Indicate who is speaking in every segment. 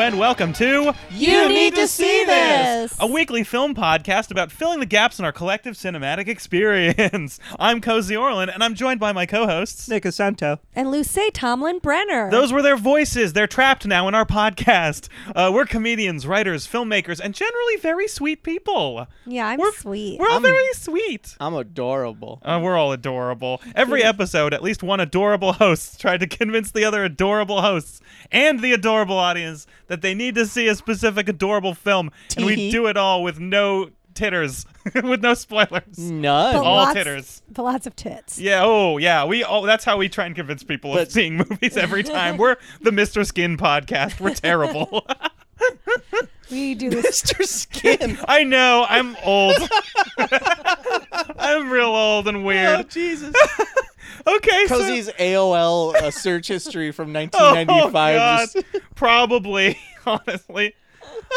Speaker 1: and welcome to
Speaker 2: You Need to See This!
Speaker 1: a weekly film podcast about filling the gaps in our collective cinematic experience. I'm Cozy Orlin, and I'm joined by my co-hosts.
Speaker 3: Nick Santo.
Speaker 2: and Luce Tomlin Brenner.
Speaker 1: Those were their voices. They're trapped now in our podcast. Uh, we're comedians, writers, filmmakers, and generally very sweet people.
Speaker 2: yeah, I'm
Speaker 1: we're
Speaker 2: sweet.
Speaker 1: We're all very sweet.
Speaker 3: I'm adorable.
Speaker 1: Uh, we're all adorable. Every episode, at least one adorable host tried to convince the other adorable hosts and the adorable audience that they need to see a specific adorable film, and we do it all with no titters, with no spoilers.
Speaker 3: None.
Speaker 2: But
Speaker 1: all
Speaker 2: lots,
Speaker 1: titters.
Speaker 2: But lots of tits.
Speaker 1: Yeah. Oh, yeah. We. Oh, that's how we try and convince people of
Speaker 3: But-
Speaker 1: seeing movies every time. We're the Mr. Skin podcast. We're terrible.
Speaker 2: We do this.
Speaker 3: Mr. Skin.
Speaker 1: I know. I'm old. I'm real old and
Speaker 3: oh,
Speaker 1: weird.
Speaker 3: Jesus.
Speaker 1: Okay. so-
Speaker 3: Cozy's AOL uh, search history from 1995.
Speaker 1: Oh, God. Probably, honestly.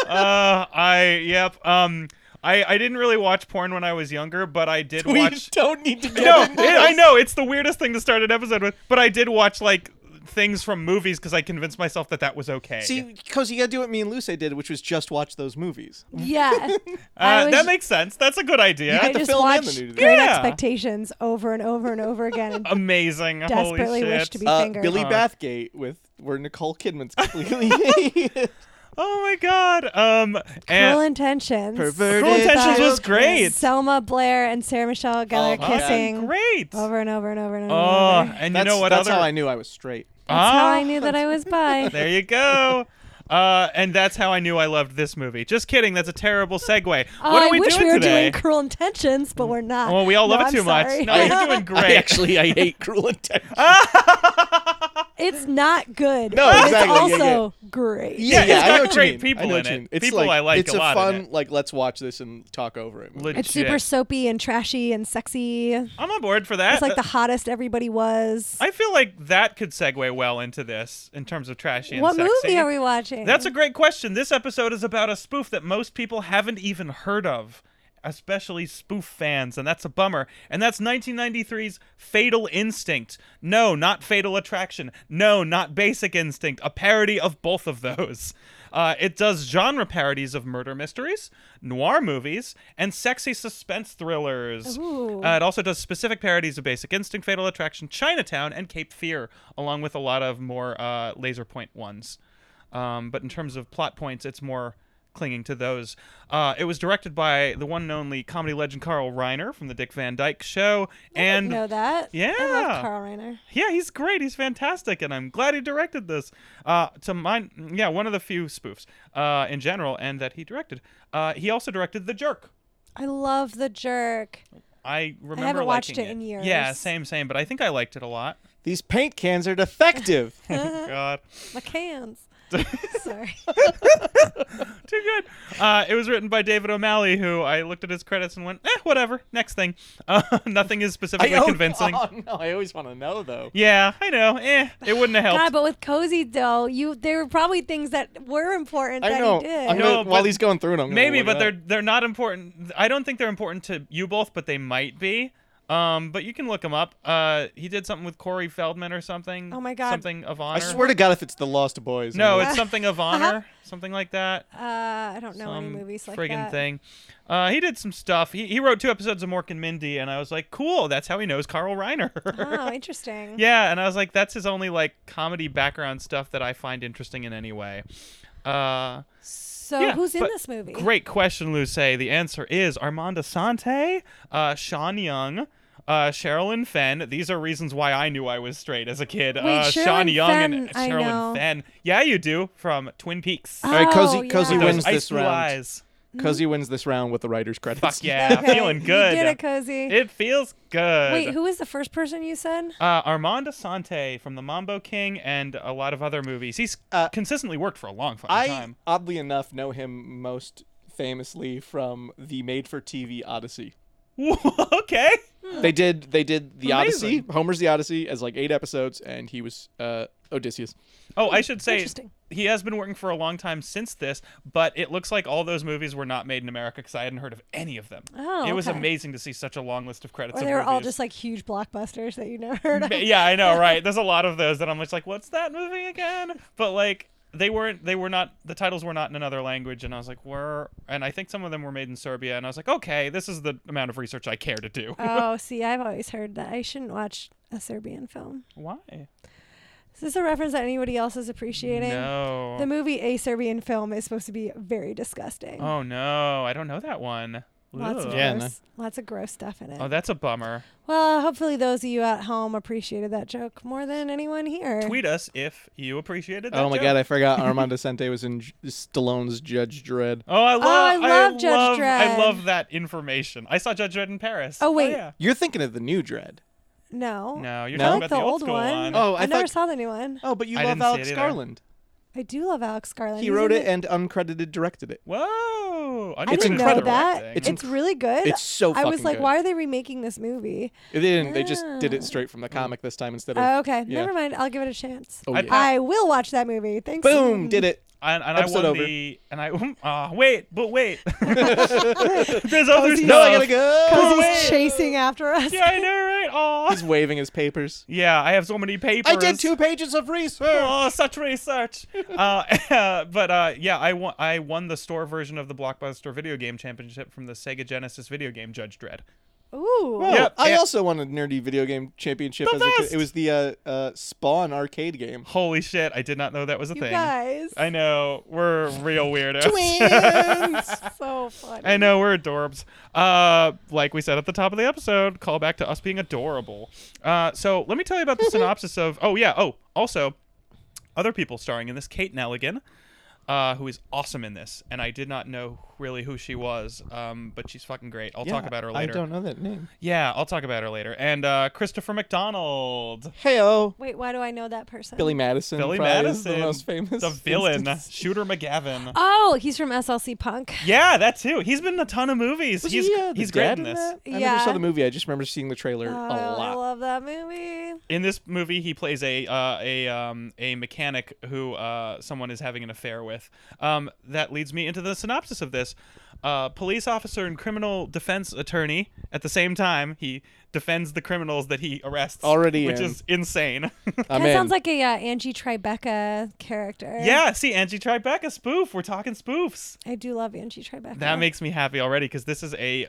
Speaker 1: Uh, I yep. Um, I I didn't really watch porn when I was younger, but I did
Speaker 3: we
Speaker 1: watch.
Speaker 3: don't need to get
Speaker 1: No,
Speaker 3: into
Speaker 1: it- I
Speaker 3: this.
Speaker 1: know it's the weirdest thing to start an episode with, but I did watch like things from movies because I convinced myself that that was okay. Uh,
Speaker 3: See, Cozy, you gotta do what me and Luce did, which was just watch those movies.
Speaker 2: yeah. I
Speaker 1: uh,
Speaker 2: was-
Speaker 1: that makes sense. That's a good idea.
Speaker 2: I
Speaker 3: the
Speaker 2: just
Speaker 3: film and
Speaker 2: watched
Speaker 3: the nudity.
Speaker 2: Great
Speaker 1: Yeah. Oh,
Speaker 2: Expectations over and over and over again and
Speaker 1: Amazing. Holy
Speaker 2: desperately
Speaker 1: shit.
Speaker 2: wish to be
Speaker 3: Uh,
Speaker 2: fingered.
Speaker 3: Billy
Speaker 1: Uh.
Speaker 3: Bathgate with where Nicole Kidman's completely hated.
Speaker 1: Oh my god. Um.
Speaker 2: Cruel
Speaker 1: And
Speaker 2: Intentions.
Speaker 3: Perverted
Speaker 1: Cruel Intentions was
Speaker 3: Child
Speaker 1: great.
Speaker 2: Selma Blair and Sarah Michelle Gellar
Speaker 3: Oh my God.
Speaker 2: kissing
Speaker 1: Great.
Speaker 2: over and over and over and over.
Speaker 1: Oh,
Speaker 2: and over.
Speaker 1: and you
Speaker 3: That's,
Speaker 1: know what
Speaker 3: that's
Speaker 1: other?
Speaker 3: how I knew I was straight.
Speaker 2: That's how I
Speaker 1: Ah.
Speaker 2: knew that I was bi.
Speaker 1: There you go. Uh, and that's how I knew I loved this movie. Just kidding. That's a terrible segue. What
Speaker 2: Oh,
Speaker 1: are
Speaker 2: I
Speaker 1: we
Speaker 2: wish
Speaker 1: doing
Speaker 2: we were
Speaker 1: today? Oh,
Speaker 2: doing Cruel Intentions, but we're not.
Speaker 1: well, we all
Speaker 2: No,
Speaker 1: love it
Speaker 2: I'm
Speaker 1: too
Speaker 2: sorry.
Speaker 1: much. No, you're doing great. Uh,
Speaker 3: I hate Cruel Intentions.
Speaker 2: It's not good.
Speaker 3: No,
Speaker 2: but
Speaker 3: exactly, yeah,
Speaker 2: It's also great.
Speaker 1: Yeah, it's got
Speaker 3: I know what you
Speaker 1: great
Speaker 3: mean.
Speaker 1: people
Speaker 3: I
Speaker 1: in
Speaker 3: know what you
Speaker 1: it.
Speaker 3: mean. It's
Speaker 1: People
Speaker 3: like,
Speaker 1: I like
Speaker 3: It's
Speaker 1: a lot in
Speaker 3: fun,
Speaker 1: it.
Speaker 3: like let's watch this and talk over it. movie.
Speaker 1: Legit.
Speaker 2: It's super soapy and trashy and sexy. It's
Speaker 1: I'm on board for that.
Speaker 2: like the hottest everybody was.
Speaker 1: I feel like that could segue well into this in terms of trashy and
Speaker 2: What
Speaker 1: sexy.
Speaker 2: movie are we watching?
Speaker 1: That's a great question. This episode is about a spoof that most people haven't even heard of, especially spoof fans, and that's a bummer. And that's 1993's Fatal Instinct. No, not Fatal Attraction. No, not Basic Instinct. A parody of both of those. Uh, it does genre parodies of murder mysteries, noir movies, and sexy suspense thrillers.
Speaker 2: Ooh.
Speaker 1: Uh, it also does specific parodies of Basic Instinct, Fatal Attraction, Chinatown, and Cape Fear, along with a lot of more uh, laser point ones. Um, but in terms of plot points, it's more clinging to those. Uh, it was directed by the one and only comedy legend Carl Reiner from the Dick Van Dyke Show, and
Speaker 2: know that. I
Speaker 1: Yeah.
Speaker 2: love Carl Reiner.
Speaker 1: yeah, he's great. He's fantastic, and I'm glad he directed this. Uh, to mine, yeah, one of the few spoofs uh, in general, and that he directed. Uh, he also directed The Jerk.
Speaker 2: I love The Jerk.
Speaker 1: I remember
Speaker 2: haven't watched
Speaker 1: liking
Speaker 2: it in years.
Speaker 1: Yeah, same, same. But I think I liked it a lot.
Speaker 3: These paint cans are defective.
Speaker 2: Uh-huh.
Speaker 1: God.
Speaker 2: My cans. Sorry.
Speaker 1: Too good. Uh, it was written by David O'Malley, who I looked at his credits and went, eh, whatever. Next thing. Uh, nothing is specifically
Speaker 3: oh,
Speaker 1: convincing.
Speaker 3: Oh, no, I always want to know though.
Speaker 1: Yeah, I know. Eh, it wouldn't have
Speaker 2: God,
Speaker 1: helped.
Speaker 2: but with Cozy though, you there were probably things that were important
Speaker 3: I
Speaker 2: that
Speaker 3: know.
Speaker 2: he did.
Speaker 3: I'm
Speaker 1: No,
Speaker 3: gonna-
Speaker 1: but-
Speaker 3: while he's going through it, I'm gonna
Speaker 1: Maybe,
Speaker 3: look
Speaker 1: but
Speaker 3: it
Speaker 1: they're
Speaker 3: up.
Speaker 1: they're not important. I don't think they're important to you both, but they might be. Um, but you can look him up. Uh, he did something with Corey Feldman or something.
Speaker 2: Oh my God.
Speaker 1: Something of honor.
Speaker 3: I swear to God, if it's the Lost Boys. I'm
Speaker 1: No,
Speaker 3: gonna-
Speaker 1: it's something of honor, something like that.
Speaker 2: uh, Uh-huh. I don't know any
Speaker 1: some
Speaker 2: movies like
Speaker 1: friggin'
Speaker 2: that.
Speaker 1: thing. Uh, he did some stuff. He, he wrote two episodes of Mork and Mindy, and I was like, cool. That's how he knows Carl Reiner.
Speaker 2: Oh, interesting.
Speaker 1: yeah, and I was like, that's his only like comedy background stuff that I find interesting in any way. Uh,
Speaker 2: So
Speaker 1: yeah,
Speaker 2: who's in
Speaker 1: but
Speaker 2: this movie?
Speaker 1: Great question, Luce. The answer is Armando Sante, uh, Sean Young. Uh, Sherilyn Fenn. These are reasons why I knew I was straight as a kid.
Speaker 2: Wait,
Speaker 1: uh, Sean
Speaker 2: Sherilyn
Speaker 1: Young and
Speaker 2: Fenn, I
Speaker 1: Sherilyn
Speaker 2: know.
Speaker 1: Fenn. Yeah, you do from Twin Peaks.
Speaker 2: Oh,
Speaker 3: All right, Cozy, Cozy
Speaker 2: yeah.
Speaker 1: Those
Speaker 3: wins
Speaker 1: ice
Speaker 3: this
Speaker 1: blue
Speaker 3: round.
Speaker 1: eyes.
Speaker 3: Cozy wins this round with the writer's credits.
Speaker 1: Fuck yeah,
Speaker 2: Okay,
Speaker 1: feeling
Speaker 2: you
Speaker 1: good.
Speaker 2: did it, Cozy.
Speaker 1: It feels good.
Speaker 2: Wait, who was the first person you said?
Speaker 1: Uh, Armando Sante from The Mambo King and a lot of other movies. He's
Speaker 3: Uh,
Speaker 1: consistently worked for a long fucking
Speaker 3: I
Speaker 1: time.
Speaker 3: oddly enough know him most famously from the made-for-TV Odyssey.
Speaker 1: okay.
Speaker 3: They did they did the
Speaker 1: Amazing.
Speaker 3: Odyssey, Homer's the Odyssey, as like eight episodes, and he was uh, Odysseus.
Speaker 1: Oh, I should say
Speaker 2: Interesting.
Speaker 1: he has been working for a long time since this, but it looks like all those movies were not made in America because I hadn't heard of any of them.
Speaker 2: Oh,
Speaker 1: it was
Speaker 2: okay.
Speaker 1: amazing to see such a long list of credits.
Speaker 2: Or
Speaker 1: of
Speaker 2: they were all
Speaker 1: movies.
Speaker 2: just like huge blockbusters that you never heard of.
Speaker 1: Ma- yeah, I know, right? There's a lot of those that I'm just like, what's that movie again? But like, they weren't they were not the titles were not in another language and i was like where and i think some of them were made in serbia and i was like okay this is the amount of research i care to do
Speaker 2: oh, see, I've always heard that I shouldn't watch a Serbian film.
Speaker 1: why
Speaker 2: Is this a reference that anybody else is appreciating?
Speaker 1: no
Speaker 2: The movie A Serbian Film is supposed to be very disgusting.
Speaker 1: oh no i don't know that one
Speaker 2: Lots of,
Speaker 1: Ugh.
Speaker 3: Yeah, no.
Speaker 2: gross, lots of gross stuff in it.
Speaker 1: oh that's a bummer
Speaker 2: well, hopefully those of you at home appreciated that joke more than anyone here.
Speaker 1: tweet us if you appreciated that
Speaker 3: Oh my
Speaker 1: joke.
Speaker 3: god, I forgot Armand Sente was in J- Stallone's Judge Dredd.
Speaker 1: Oh, I love,
Speaker 2: I love Judge
Speaker 1: love- I
Speaker 2: Dredd.
Speaker 1: love that information. I saw Judge Dredd in Paris.
Speaker 2: Oh, wait.
Speaker 1: yeah.
Speaker 3: You're thinking of the new Dredd.
Speaker 2: No.
Speaker 1: No, you're
Speaker 3: No?
Speaker 1: talking
Speaker 2: I like
Speaker 1: about the, old, school one.
Speaker 3: Oh. I
Speaker 2: I, never
Speaker 3: thought-
Speaker 2: saw the new one.
Speaker 3: Oh, but you
Speaker 1: I
Speaker 3: love
Speaker 1: didn't see
Speaker 3: Alex
Speaker 1: it either.
Speaker 3: Garland.
Speaker 2: I do love Alex Garland.
Speaker 3: He
Speaker 2: He's
Speaker 3: wrote
Speaker 2: in
Speaker 3: it
Speaker 2: the-
Speaker 3: and uncredited directed it.
Speaker 1: Whoa!
Speaker 2: I didn't know
Speaker 3: incredible.
Speaker 2: that.
Speaker 1: acting.
Speaker 2: It's,
Speaker 3: It's
Speaker 2: really good.
Speaker 3: It's so
Speaker 2: I was
Speaker 3: fucking
Speaker 2: like,
Speaker 3: good.
Speaker 2: why are they remaking this movie?
Speaker 3: They didn't. They just did it
Speaker 2: Oh.
Speaker 3: straight from the comic this time instead of.
Speaker 2: Oh, okay,
Speaker 3: yeah.
Speaker 2: never mind. I'll give it a chance.
Speaker 3: Oh,
Speaker 1: I-
Speaker 3: yeah.
Speaker 2: I will watch that movie. Thanks.
Speaker 3: Boom! Did it.
Speaker 1: and, and I
Speaker 3: Episode
Speaker 1: won
Speaker 3: over.
Speaker 1: the and I ah wait, but wait. There's other stuff.
Speaker 3: No, Oh, I gotta go.
Speaker 2: Because
Speaker 1: Wait.
Speaker 2: he's chasing after us.
Speaker 1: Yeah, I know, right? Oh,
Speaker 3: He's waving his papers.
Speaker 1: yeah. I have so many papers.
Speaker 3: I did two pages of research.
Speaker 1: Oh, such research. uh, but uh, yeah, I won. I won the store version of the Blockbuster video game championship from the Sega Genesis video game Judge Dredd.
Speaker 2: Ooh.
Speaker 3: Oh,
Speaker 1: Yep.
Speaker 3: I
Speaker 1: Yeah.
Speaker 3: also won a nerdy video game championship.
Speaker 1: The
Speaker 3: as a kid.
Speaker 1: best.
Speaker 3: It was the uh, uh, Spawn arcade game.
Speaker 1: Holy shit! I did not know that was a
Speaker 2: You
Speaker 1: thing.
Speaker 2: guys.
Speaker 1: I know we're real weirdos.
Speaker 3: Twins.
Speaker 2: so funny.
Speaker 1: I know we're adorbs. Uh, like we said at the top of the episode, call back to us being adorable. Uh, so let me tell you about the synopsis of. Oh yeah. Oh, also, other people starring in this: Kate Nelligan, uh, who is awesome in this, and I did not know really who she was, um, but she's fucking great. I'll talk
Speaker 3: Yeah,
Speaker 1: about her later.
Speaker 3: I don't know that name.
Speaker 1: Yeah, I'll talk about her later. And uh, Christopher McDonald,
Speaker 3: Heyo.
Speaker 2: Wait, why do I know that person?
Speaker 3: Billy Madison.
Speaker 1: Billy
Speaker 3: probably is
Speaker 1: Madison,
Speaker 3: the most famous.
Speaker 1: the villain,
Speaker 3: instance.
Speaker 1: Shooter McGavin.
Speaker 2: Oh, he's from SLC Punk.
Speaker 1: yeah, that too. He's been in a ton of movies.
Speaker 3: Was
Speaker 1: he's
Speaker 3: he, uh, the
Speaker 1: he's great
Speaker 3: dad
Speaker 1: in this.
Speaker 3: that? I never
Speaker 2: Yeah.
Speaker 3: saw the movie. I just remember seeing the trailer
Speaker 2: Oh,
Speaker 3: a
Speaker 2: I
Speaker 3: lot.
Speaker 2: love that movie.
Speaker 1: in this movie he plays a uh, a um, a mechanic who uh, someone is having an affair with um, that leads me into the synopsis of this uh, police officer and criminal defense attorney at the same time he defends the criminals that he arrests
Speaker 3: Already
Speaker 1: which
Speaker 3: in.
Speaker 1: is insane
Speaker 2: that
Speaker 3: I'm in.
Speaker 2: sounds like a uh, Angie Tribeca character.
Speaker 1: yeah see angie tribeca spoof we're talking spoofs
Speaker 2: I do love Angie Tribeca.
Speaker 1: that makes me happy already because this is a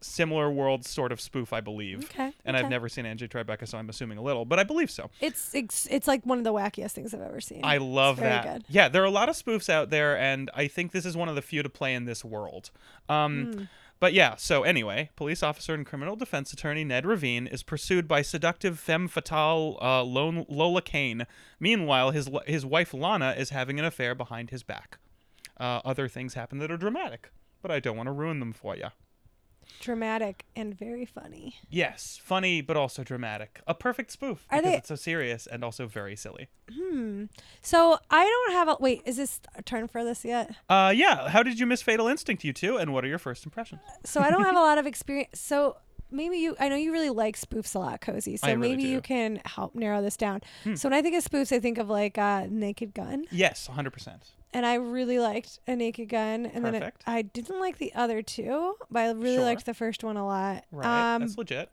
Speaker 1: similar world sort of spoof i believe
Speaker 2: Okay,
Speaker 1: and i've
Speaker 2: okay.
Speaker 1: never seen angie tribeca so i'm assuming a little but i believe so
Speaker 2: It's, it's it's like one of the wackiest things I've ever seen.
Speaker 1: I love
Speaker 2: very
Speaker 1: that.
Speaker 2: good.
Speaker 1: Yeah, there are a lot of spoofs out there, and I think this is one of the few to play in this world. Um,
Speaker 2: Hmm.
Speaker 1: But yeah, so anyway, police officer and criminal defense attorney Ned Ravine is pursued by seductive femme fatale uh, Lon- Lola Kane. Meanwhile, his l- his wife Lana is having an affair behind his back. Uh, other things happen that are dramatic, but I don't want to ruin them for you.
Speaker 2: dramatic and very funny.
Speaker 1: Yes, funny but also dramatic. A perfect spoof
Speaker 2: Are
Speaker 1: because
Speaker 2: they-
Speaker 1: it's so serious and also very silly.
Speaker 2: So I don't have a wait. Is this a turn for this yet?
Speaker 1: Uh, yeah, how did you miss Fatal Instinct, you two, and what are your first impressions?
Speaker 2: So I don't have a lot of experience. So maybe you. I know you really like spoofs a lot, cozy. So
Speaker 1: I really
Speaker 2: maybe
Speaker 1: do. Hmm.
Speaker 2: you can help narrow this down. So when I think of spoofs, I think of like uh, Naked Gun,
Speaker 1: Yes, 100%.
Speaker 2: and I really liked a Naked Gun, and then it,
Speaker 1: Perfect.
Speaker 2: I didn't like the other two, but I really
Speaker 1: Sure.
Speaker 2: liked the first one a lot.
Speaker 1: Right.
Speaker 2: Um,
Speaker 1: That's legit.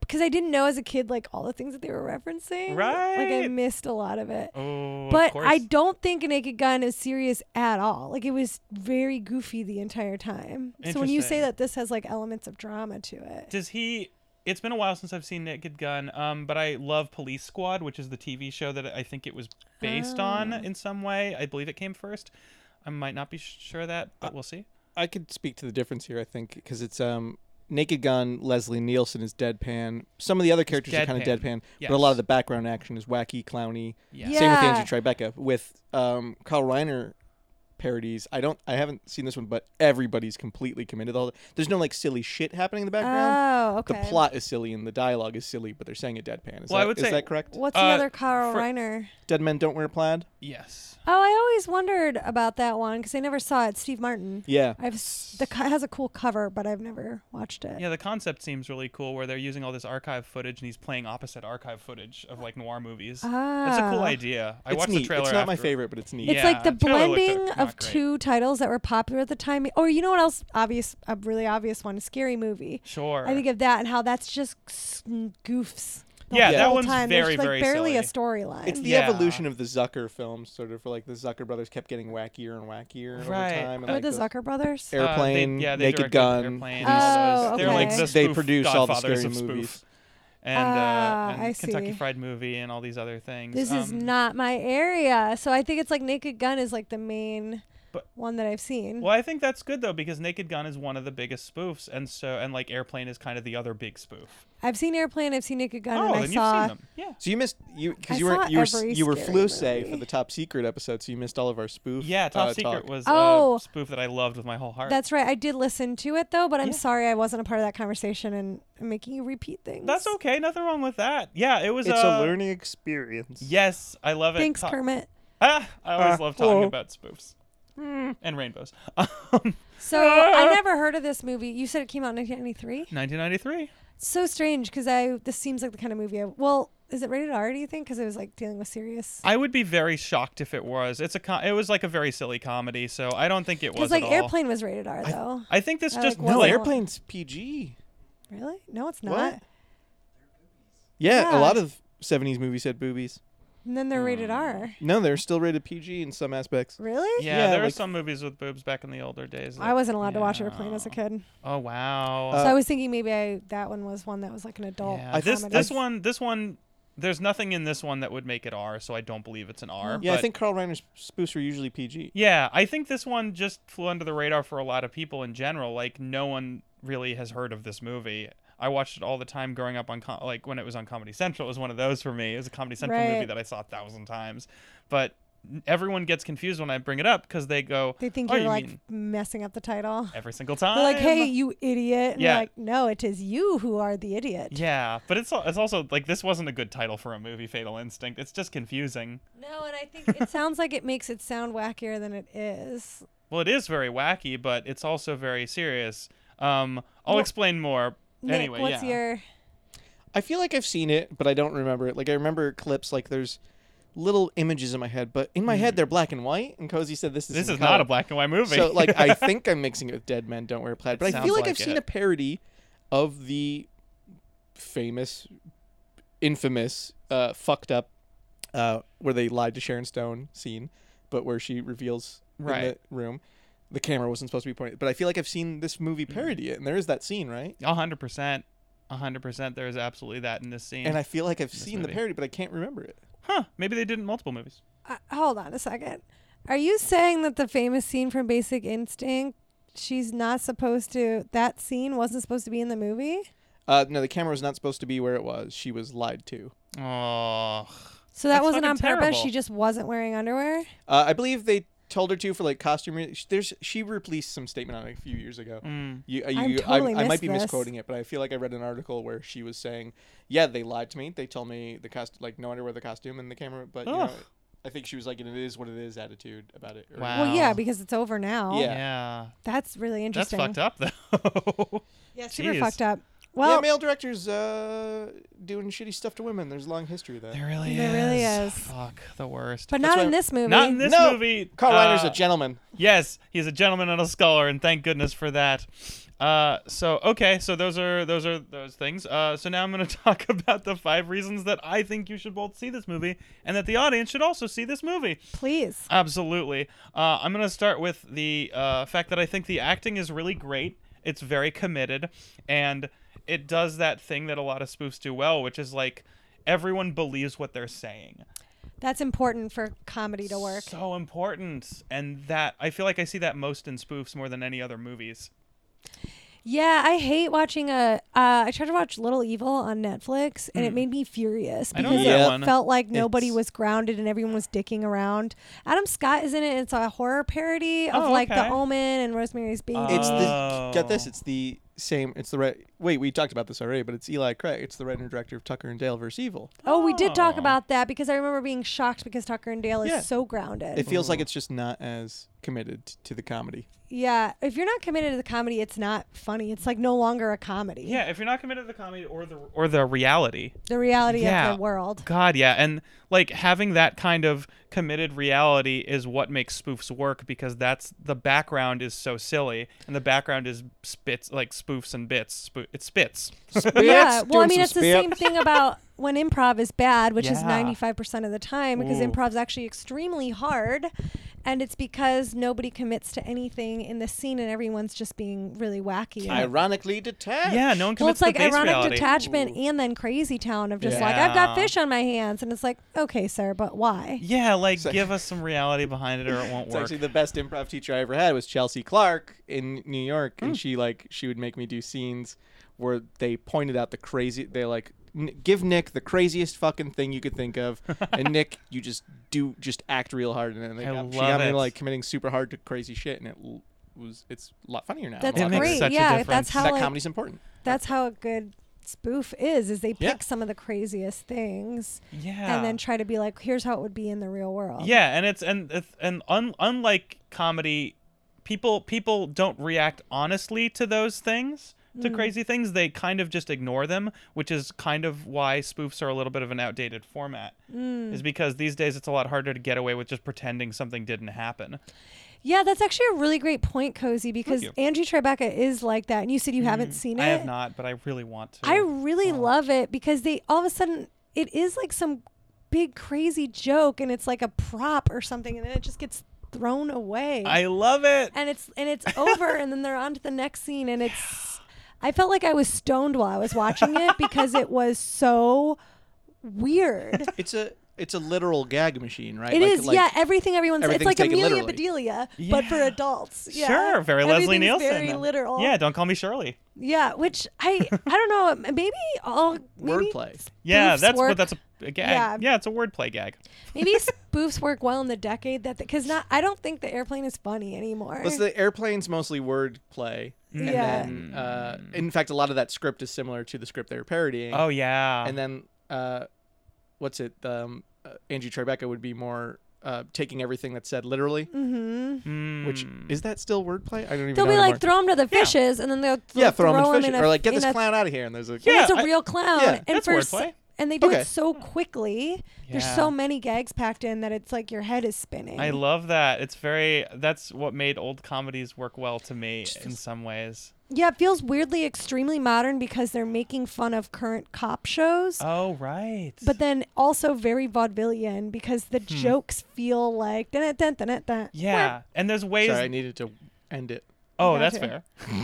Speaker 2: because I didn't know as a kid like all the things that they were referencing. Like I
Speaker 1: Right.
Speaker 2: missed a lot of it.
Speaker 1: Oh,
Speaker 2: But
Speaker 1: of course.
Speaker 2: I don't think Naked Gun is serious at all. Like it was very goofy the entire time. So when you
Speaker 1: Interesting.
Speaker 2: say that this has like elements of drama to it,
Speaker 1: Does he. It's been a while since I've seen Naked Gun, um, but I love Police Squad, which is the TV show that I think it was based on
Speaker 2: Oh.
Speaker 1: in some way. I believe it came first. I might not be sh- sure of that,
Speaker 2: Uh,
Speaker 1: but we'll see.
Speaker 3: I could speak to the difference here, I think, because it's um, Naked Gun. Leslie Nielsen is deadpan. Some of the other characters are kind of
Speaker 1: deadpan.
Speaker 3: deadpan, but a lot
Speaker 1: Yes.
Speaker 3: of the background action is wacky, clowny.
Speaker 1: Yeah.
Speaker 2: Yeah.
Speaker 3: Same with Angie Tribeca. With um, Kyle Reiner parodies, I don't, I haven't seen this one, but everybody's completely committed. All there's no like silly shit happening in the background.
Speaker 2: oh, okay.
Speaker 3: The plot is silly and the dialogue is silly, but they're saying it deadpan. Is,
Speaker 1: Well, I
Speaker 3: that,
Speaker 1: would
Speaker 3: is
Speaker 1: say-
Speaker 3: that correct?
Speaker 2: What's the
Speaker 1: Uh,
Speaker 2: other Carl
Speaker 1: for-
Speaker 2: Reiner?
Speaker 3: Dead men don't wear plaid.
Speaker 1: Yes.
Speaker 2: Oh, I always wondered about that one because I never saw it. Steve Martin.
Speaker 3: Yeah.
Speaker 2: I've s- the co- it has a cool cover, but I've never watched it.
Speaker 1: Yeah, the concept seems really cool where they're using all this archive footage and he's playing opposite archive footage of like noir movies. That's a cool
Speaker 2: Ah.
Speaker 1: idea. I
Speaker 3: it's
Speaker 1: watched
Speaker 3: neat.
Speaker 1: the trailer.
Speaker 3: It's not my
Speaker 1: after-
Speaker 3: favorite, but it's neat.
Speaker 2: It's like
Speaker 1: Yeah,
Speaker 2: the
Speaker 1: trailer looked
Speaker 2: blending
Speaker 1: not
Speaker 2: of
Speaker 1: great.
Speaker 2: two titles that were popular at the time. Or you know what else? Obvious, a really obvious one: Scary Movie.
Speaker 1: Sure.
Speaker 2: I think of that and how that's just s- goofs. the
Speaker 1: Yeah, that
Speaker 2: whole
Speaker 1: one's
Speaker 2: time. There's
Speaker 1: very,
Speaker 2: like
Speaker 1: very
Speaker 2: barely a
Speaker 3: It's
Speaker 2: storyline.
Speaker 3: the
Speaker 1: Yeah.
Speaker 3: evolution of the Zucker films, sort of like the Zucker brothers kept getting wackier and wackier over
Speaker 1: Right.
Speaker 3: time. And
Speaker 2: Or
Speaker 3: like
Speaker 2: Oh, the
Speaker 3: those-
Speaker 2: Zucker brothers.
Speaker 1: Uh, they-
Speaker 3: Airplane,
Speaker 1: yeah, they
Speaker 3: Naked
Speaker 1: directed
Speaker 3: Gun,
Speaker 1: Airplane,
Speaker 3: Police.
Speaker 1: all
Speaker 2: Oh,
Speaker 1: those. They're like
Speaker 2: okay.
Speaker 1: the
Speaker 3: They
Speaker 1: spoof
Speaker 3: produce all the
Speaker 1: godfathers
Speaker 3: scary
Speaker 1: of spoof.
Speaker 3: movies.
Speaker 1: And,
Speaker 2: Ah,
Speaker 1: uh, and
Speaker 2: I
Speaker 1: Kentucky
Speaker 2: see.
Speaker 1: Fried Movie and all these other things.
Speaker 2: This is
Speaker 1: Um,
Speaker 2: not my area. So I think it's like Naked Gun is like the main
Speaker 1: But-
Speaker 2: one that I've seen.
Speaker 1: Well, I think that's good though because Naked Gun is one of the biggest spoofs, and so and like Airplane is kind of the other big spoof.
Speaker 2: I've seen Airplane, I've seen Naked Gun,
Speaker 1: oh,
Speaker 2: and I
Speaker 1: then
Speaker 2: saw
Speaker 1: you've seen them, yeah.
Speaker 3: So you missed you because
Speaker 2: I
Speaker 3: you were
Speaker 2: saw
Speaker 3: you were s-
Speaker 2: every
Speaker 3: you were
Speaker 2: scary
Speaker 3: flu say
Speaker 2: movie.
Speaker 3: for the top secret episode, so you missed all of our spoof.
Speaker 1: Yeah, Top
Speaker 3: uh,
Speaker 1: Secret
Speaker 3: talk.
Speaker 1: was
Speaker 2: Oh.
Speaker 1: a spoof that I loved with my whole heart.
Speaker 2: That's right. I did listen to it though, but I'm
Speaker 1: Yeah.
Speaker 2: sorry I wasn't a part of that conversation and I'm making you repeat things.
Speaker 1: That's okay. Nothing wrong with that. Yeah, it was.
Speaker 3: It's
Speaker 1: uh,
Speaker 3: a learning experience.
Speaker 1: Yes, I love it.
Speaker 2: Thanks,
Speaker 1: Ta-
Speaker 2: Kermit.
Speaker 1: Ah, I always
Speaker 3: Ah,
Speaker 1: love talking
Speaker 3: hello.
Speaker 1: about spoofs
Speaker 2: Hmm.
Speaker 1: and rainbows. Um,
Speaker 2: So I never heard of this movie. You said it came out in 1993.
Speaker 1: 1993.
Speaker 2: So strange because I this seems like the kind of movie. I, well, is it rated R? Do you think? Because it was like dealing with serious.
Speaker 1: I would be very shocked if it was. It's a. Com- it was like a very silly comedy, so I don't think it was
Speaker 2: Because like
Speaker 1: at all.
Speaker 2: Airplane was rated R though.
Speaker 1: I think this
Speaker 2: I
Speaker 1: just
Speaker 2: like
Speaker 3: No,
Speaker 2: Wasn't-
Speaker 3: airplanes PG.
Speaker 2: really? No, it's not.
Speaker 3: What? Yeah,
Speaker 2: Yeah.
Speaker 3: a lot of '70s movies had boobies.
Speaker 2: And then they're rated
Speaker 1: Hmm.
Speaker 2: R.
Speaker 3: No, they're still rated PG in some aspects.
Speaker 2: Really?
Speaker 1: yeah,
Speaker 3: Yeah,
Speaker 1: there were
Speaker 3: like-
Speaker 1: some movies with boobs back in the older days.
Speaker 2: I
Speaker 1: that-
Speaker 2: wasn't allowed to watch
Speaker 1: yeah.
Speaker 2: Airplane as a kid,
Speaker 1: Oh wow.
Speaker 2: so
Speaker 3: Uh,
Speaker 2: I was thinking maybe I that one was one that was like an adult.
Speaker 1: yeah.
Speaker 3: I-
Speaker 1: this
Speaker 2: comedy.
Speaker 1: this one this one there's nothing in this one that would make it R, so I don't believe it's an R.
Speaker 3: Yeah, I
Speaker 1: but-
Speaker 3: think Carl Reiner's spoofs are usually PG.
Speaker 1: Yeah, I think this one just flew under the radar for a lot of people in general. Like no one really has heard of this movie. I watched it all the time growing up on com- like when it was on Comedy Central. It was one of those for me. It was a Comedy Central movie
Speaker 2: Right.
Speaker 1: that I saw a thousand times. But everyone gets confused when I bring it up because they go,
Speaker 2: They think
Speaker 1: "Oh,
Speaker 2: you're
Speaker 1: you
Speaker 2: like
Speaker 1: mean
Speaker 2: messing up the title.
Speaker 1: every single time."
Speaker 2: They're like, "Hey, you idiot!" And
Speaker 1: Yeah.
Speaker 2: They're like, "No, it is you who are the idiot."
Speaker 1: Yeah, but it's al- it's also like this wasn't a good title for a movie, Fatal Instinct. It's just confusing.
Speaker 2: No, and I think it sounds like it makes it sound wackier than it is.
Speaker 1: Well, it is very wacky, but it's also very serious. Um, I'll
Speaker 2: Well,
Speaker 1: explain more.
Speaker 2: Nick,
Speaker 1: anyway,
Speaker 2: what's
Speaker 1: yeah.
Speaker 2: your?
Speaker 3: I feel like I've seen it, but I don't remember it. Like I remember clips. Like there's little images in my head, but in my head they're black and white. And Cozy said this is
Speaker 1: Hmm. This
Speaker 3: in
Speaker 1: is not a
Speaker 3: color.
Speaker 1: black and white movie.
Speaker 3: So like I think I'm mixing it with Dead Men Don't Wear Plaid,
Speaker 1: It
Speaker 3: but I
Speaker 1: sounds
Speaker 3: feel like,
Speaker 1: like
Speaker 3: I've seen
Speaker 1: it.
Speaker 3: a parody of the famous, infamous, uh, fucked up, uh, where they lied to Sharon Stone scene, but where she reveals in
Speaker 1: Right.
Speaker 3: the room. The camera wasn't supposed to be pointed, but I feel like I've seen this movie
Speaker 1: Hmm.
Speaker 3: parody it, and there is that scene, right?
Speaker 1: A hundred percent, a hundred percent. There is absolutely that in this scene.
Speaker 3: And I feel like I've
Speaker 1: This
Speaker 3: seen
Speaker 1: movie.
Speaker 3: the parody, but I can't remember it.
Speaker 1: huh? Maybe they did it in multiple movies.
Speaker 2: Uh, hold on a second. Are you saying that the famous scene from Basic Instinct? She's not supposed to. That scene wasn't supposed to be in the movie.
Speaker 3: Uh, no, the camera was not supposed to be where it was. She was lied to.
Speaker 1: Oh,
Speaker 2: So that
Speaker 1: That's fucking
Speaker 2: wasn't on purpose.
Speaker 1: terrible.
Speaker 2: She just wasn't wearing underwear.
Speaker 3: Uh, I believe they told her to for like costume. Re- sh- there's she released some statement on it a few years ago.
Speaker 1: Mm.
Speaker 3: You, uh,
Speaker 2: I'm
Speaker 3: you-
Speaker 2: totally
Speaker 3: I, I might be
Speaker 2: missed this.
Speaker 3: misquoting it, but I feel like I read an article where she was saying, "Yeah, they lied to me. They told me the cost like no underwear, the costume, and the camera." But you know,
Speaker 1: Ugh.
Speaker 3: I think she was like, "It is what it is" attitude about it. or-
Speaker 1: Wow.
Speaker 2: Well, yeah,
Speaker 1: Wow.
Speaker 2: because it's over now.
Speaker 1: Oh. yeah,
Speaker 3: Yeah.
Speaker 2: That's really
Speaker 1: that's
Speaker 2: interesting.
Speaker 1: fucked up though.
Speaker 2: Yeah, super
Speaker 1: Jeez.
Speaker 2: fucked up.
Speaker 3: yeah,
Speaker 2: Well,
Speaker 3: male directors uh, doing shitty stuff to women. There's a long history of that.
Speaker 1: there really
Speaker 2: There really is.
Speaker 1: Fuck the worst.
Speaker 2: but
Speaker 3: That's
Speaker 2: not
Speaker 3: why-
Speaker 2: in this movie.
Speaker 1: Not in this
Speaker 3: No,
Speaker 1: movie.
Speaker 3: Carl Reiner's
Speaker 1: uh,
Speaker 3: a gentleman.
Speaker 1: Yes, he's a gentleman and a scholar, and thank goodness for that. Uh, so okay, so those are those are those things. Uh, so now I'm going to talk about the five reasons that I think you should both see this movie, and that the audience should also see this movie.
Speaker 2: Please.
Speaker 1: Absolutely. Uh, I'm going to start with the uh, fact that I think the acting is really great. It's very committed, and it does that thing that a lot of spoofs do well, which is like everyone believes what they're saying.
Speaker 2: That's important for comedy to work.
Speaker 1: So important, and that I feel like I see that most in spoofs more than any other movies.
Speaker 2: Yeah, I hate watching a. Uh, I tried to watch Little Evil on Netflix, and it made me furious
Speaker 1: Hmm. I
Speaker 2: because
Speaker 1: don't know that
Speaker 2: it
Speaker 1: one.
Speaker 2: felt like nobody
Speaker 3: It's-
Speaker 2: was grounded and everyone was dicking around. Adam Scott is in it. It's a horror parody of
Speaker 1: Oh,
Speaker 2: like
Speaker 1: okay.
Speaker 2: The Omen and Rosemary's Baby.
Speaker 3: It's the
Speaker 1: Oh.
Speaker 3: get this. It's the same. It's the right. Wait, we talked about this already, but it's Eli Craig. It's the writer and director of Tucker and Dale versus Evil.
Speaker 2: oh, we did talk
Speaker 1: Oh.
Speaker 2: about that because I remember being shocked because Tucker and Dale is
Speaker 3: Yeah.
Speaker 2: so grounded.
Speaker 3: It feels like it's just not as committed t- to the comedy.
Speaker 2: yeah, if you're not committed to the comedy, it's not funny. It's like no longer a comedy.
Speaker 1: Yeah, if you're not committed to the comedy or the or the reality,
Speaker 2: the reality
Speaker 1: Yeah.
Speaker 2: of the world.
Speaker 1: God, yeah, and like having that kind of committed reality is what makes spoofs work because that's the background is so silly, and the background is spits like spoofs and bits. Spoo- it spits.
Speaker 2: yeah.
Speaker 3: Spits,
Speaker 2: Well, I
Speaker 3: doing
Speaker 2: mean,
Speaker 3: some
Speaker 2: it's the
Speaker 3: spit.
Speaker 2: same thing about when improv is bad, which is
Speaker 1: Yeah.
Speaker 2: 95% of the time, because
Speaker 1: Ooh.
Speaker 2: improv's actually extremely hard. And it's because nobody commits to anything in the scene and everyone's just being really wacky. and
Speaker 4: Ironically detached.
Speaker 1: Yeah, no one
Speaker 2: well,
Speaker 1: commits
Speaker 2: it's like
Speaker 1: to base
Speaker 2: ironic
Speaker 1: reality.
Speaker 2: detachment and then crazy town of just like,
Speaker 1: Yeah.
Speaker 2: I've got fish on my hands. And it's like, okay, sir, but why?
Speaker 1: yeah, like
Speaker 3: It's like-
Speaker 1: give us some reality behind it, or it won't
Speaker 3: It's
Speaker 1: work.
Speaker 3: actually the best improv teacher I ever had was Chelsea Clark in New York, and she like she would make me do scenes where they pointed out the crazy. They like "N- give Nick the craziest fucking thing you could think of, and Nick, you just do just act real hard, and then they
Speaker 1: I
Speaker 3: got, she
Speaker 1: love
Speaker 3: got me
Speaker 1: it.
Speaker 3: like committing super hard to crazy shit, and it l- was it's a lot funnier now. and a
Speaker 2: That's
Speaker 1: It
Speaker 3: lot
Speaker 1: makes
Speaker 2: great.
Speaker 1: such a
Speaker 2: yeah,
Speaker 1: difference.
Speaker 2: that's how
Speaker 3: better. that
Speaker 2: like,
Speaker 3: comedy's important.
Speaker 2: that's how a good spoof is is they pick
Speaker 3: Yeah.
Speaker 2: some of the craziest things
Speaker 1: yeah.
Speaker 2: and then try to be like here's how it would be in the real world
Speaker 1: Yeah, and it's and it's- and un, unlike comedy, people people don't react honestly to those things, to
Speaker 2: Hmm.
Speaker 1: crazy things. They kind of just ignore them, which is kind of why spoofs are a little bit of an outdated format.
Speaker 2: Hmm.
Speaker 1: Is because these days it's a lot harder to get away with just pretending something didn't happen.
Speaker 2: yeah that's actually a really great point cozy because
Speaker 1: you. Mm,
Speaker 2: andrew tribeca is like that and you said you haven't seen it
Speaker 1: I have not, but I really want to.
Speaker 2: I really love it because they all of a sudden it is like some big crazy joke and it's like a prop or something and then it just gets thrown away.
Speaker 1: I love it.
Speaker 2: and it's and it's over and then they're on to the next scene and it's I felt like I was stoned while I was watching it because it was so weird.
Speaker 3: It's a it's a literal gag machine, right?
Speaker 2: It
Speaker 3: like,
Speaker 2: is,
Speaker 3: like,
Speaker 2: yeah. Everything everyone says. It's
Speaker 3: everything's
Speaker 2: like
Speaker 3: taken
Speaker 2: Amelia
Speaker 3: literally.
Speaker 2: Bedelia, but for
Speaker 1: Yeah.
Speaker 2: adults. Yeah.
Speaker 1: Sure, very Leslie
Speaker 2: Everything's
Speaker 1: Nielsen.
Speaker 2: Very literal.
Speaker 1: Yeah, don't call me Shirley.
Speaker 2: yeah. Which I, I don't know. Maybe all maybe
Speaker 3: Wordplay.
Speaker 1: Yeah,
Speaker 2: spoofs
Speaker 1: that's
Speaker 2: work
Speaker 1: but that's a, a gag.
Speaker 2: Yeah.
Speaker 1: Yeah. it's a wordplay gag.
Speaker 2: Maybe spoofs work well in the decade that because not I don't think the airplane is funny anymore.
Speaker 3: Plus, the airplane's mostly word play. And
Speaker 2: Eh. Yeah.
Speaker 1: Hmm.
Speaker 3: then, uh, in fact, a lot of that script is similar to the script they were parodying.
Speaker 1: Oh yeah.
Speaker 3: And then, uh, what's it? Um, uh, Andrew Tribeca would be more uh, taking everything that's said literally,
Speaker 2: mm-hmm.
Speaker 3: which
Speaker 1: Mm.
Speaker 3: is that still wordplay? I don't even
Speaker 2: They'll
Speaker 3: know.
Speaker 2: be like
Speaker 3: anymore.
Speaker 2: throw him to the fishes, and then they'll th-
Speaker 3: yeah, throw, him in
Speaker 2: in
Speaker 3: fish,
Speaker 2: a,
Speaker 3: or like get
Speaker 2: in
Speaker 3: this
Speaker 2: a-
Speaker 3: clown out of here. And there's like,
Speaker 1: Yeah,
Speaker 2: it's a
Speaker 1: I-
Speaker 2: real clown,
Speaker 3: yeah,
Speaker 2: and
Speaker 1: that's
Speaker 2: for s-
Speaker 1: wordplay.
Speaker 2: and they do
Speaker 3: Okay.
Speaker 2: it so quickly. There's
Speaker 1: Yeah.
Speaker 2: so many gags packed in that it's like your head is spinning.
Speaker 3: Mm-hmm.
Speaker 1: I love that. It's very that's what made old comedies work well to me in some ways.
Speaker 2: yeah, it feels weirdly extremely modern because they're making fun of current cop shows.
Speaker 1: Oh right.
Speaker 2: but then also very vaudevillian because the jokes feel like dun dun dun dun dun.
Speaker 1: yeah, and there's ways.
Speaker 3: sorry, I needed to end it.
Speaker 1: oh, that's
Speaker 2: Gotcha.
Speaker 1: fair.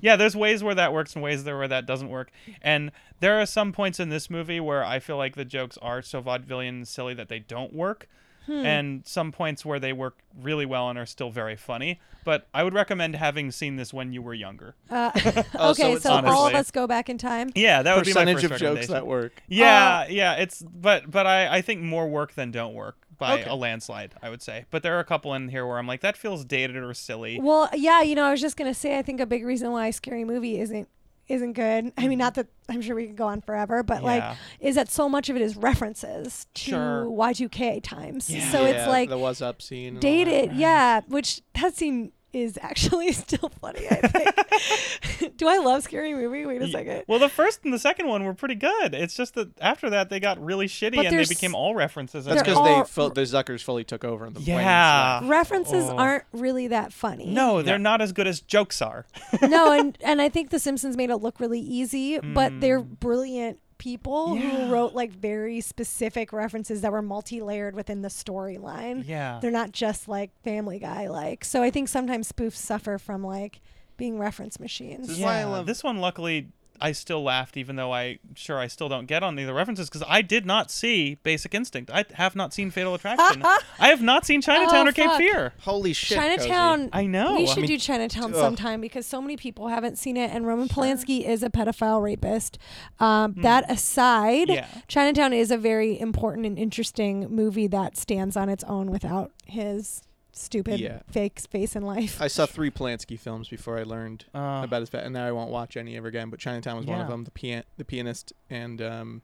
Speaker 1: yeah, there's ways where that works and ways there where that doesn't work. And there are some points in this movie where I feel like the jokes are so vaudevillian and silly that they don't work. And some points where they work really well and are still very funny. But I would recommend having seen this when you were younger.
Speaker 2: Uh,
Speaker 3: Oh, so
Speaker 2: okay, so,
Speaker 3: it's
Speaker 2: all of
Speaker 1: honestly-
Speaker 2: us go back in time.
Speaker 1: Yeah, that would be my
Speaker 3: Percentage
Speaker 1: first
Speaker 3: of jokes
Speaker 1: recommendation.
Speaker 3: that work.
Speaker 1: Yeah,
Speaker 2: Oh.
Speaker 1: yeah. It's but but I I think more work than don't work by
Speaker 3: Okay.
Speaker 1: a landslide. I would say, but there are a couple in here where I'm like that feels dated or silly.
Speaker 2: Well, yeah, you know, I was just gonna say, I think a big reason why Scary Movie isn't isn't good. I mean, not that I'm sure we could go on forever, but like,
Speaker 1: Yeah.
Speaker 2: is that so much of it is references to
Speaker 1: Sure.
Speaker 2: Y2K times. So it's
Speaker 3: Yeah,
Speaker 2: like
Speaker 3: the was up scene. and all that.
Speaker 2: dated, yeah. Which that scene is actually still funny. I think. Do I love Scary Movie? Wait a second.
Speaker 1: Well, the first and the second one were pretty good. It's just that after that they got really shitty
Speaker 2: But
Speaker 1: and they
Speaker 2: there's-
Speaker 1: became all references.
Speaker 3: That's
Speaker 2: They're
Speaker 3: because they
Speaker 2: all-
Speaker 3: fu- the Zuckers fully took over in the plane
Speaker 1: Yeah.
Speaker 2: References
Speaker 1: Oh.
Speaker 2: aren't really that funny.
Speaker 1: no, they're not as good as jokes are.
Speaker 2: no, and and I think The Simpsons made it look really easy, but they're brilliant people who
Speaker 1: Mm. Yeah.
Speaker 2: wrote like very specific references that were multi-layered within the storyline.
Speaker 1: Yeah.
Speaker 2: They're not just like Family Guy like. So I think sometimes spoofs suffer from like being reference machines.
Speaker 3: is why I love-
Speaker 1: this one. Luckily, I still laughed, even though I sure I still don't get on the references because I did not see Basic Instinct. I have not seen Fatal Attraction. I have not seen Chinatown
Speaker 2: Oh,
Speaker 1: or Cape
Speaker 2: fuck.
Speaker 1: Fear.
Speaker 3: Holy shit! Cozy.
Speaker 2: Chinatown.
Speaker 1: I know.
Speaker 2: We
Speaker 1: Oh, I
Speaker 2: should
Speaker 1: mean-
Speaker 2: do Chinatown
Speaker 3: Ugh.
Speaker 2: sometime because so many people haven't seen it, and Roman Polanski is a pedophile rapist. Um, That aside,
Speaker 1: Hmm. Yeah.
Speaker 2: Chinatown is a very important and interesting movie that stands on its own without his stupid
Speaker 3: Yeah.
Speaker 2: fake face in life.
Speaker 3: I saw three Polanski films before I learned
Speaker 1: Uh.
Speaker 3: about his, fa- and now I won't watch any ever again. But Chinatown was one of
Speaker 1: Yeah.
Speaker 3: them. The pian- the pianist, and um,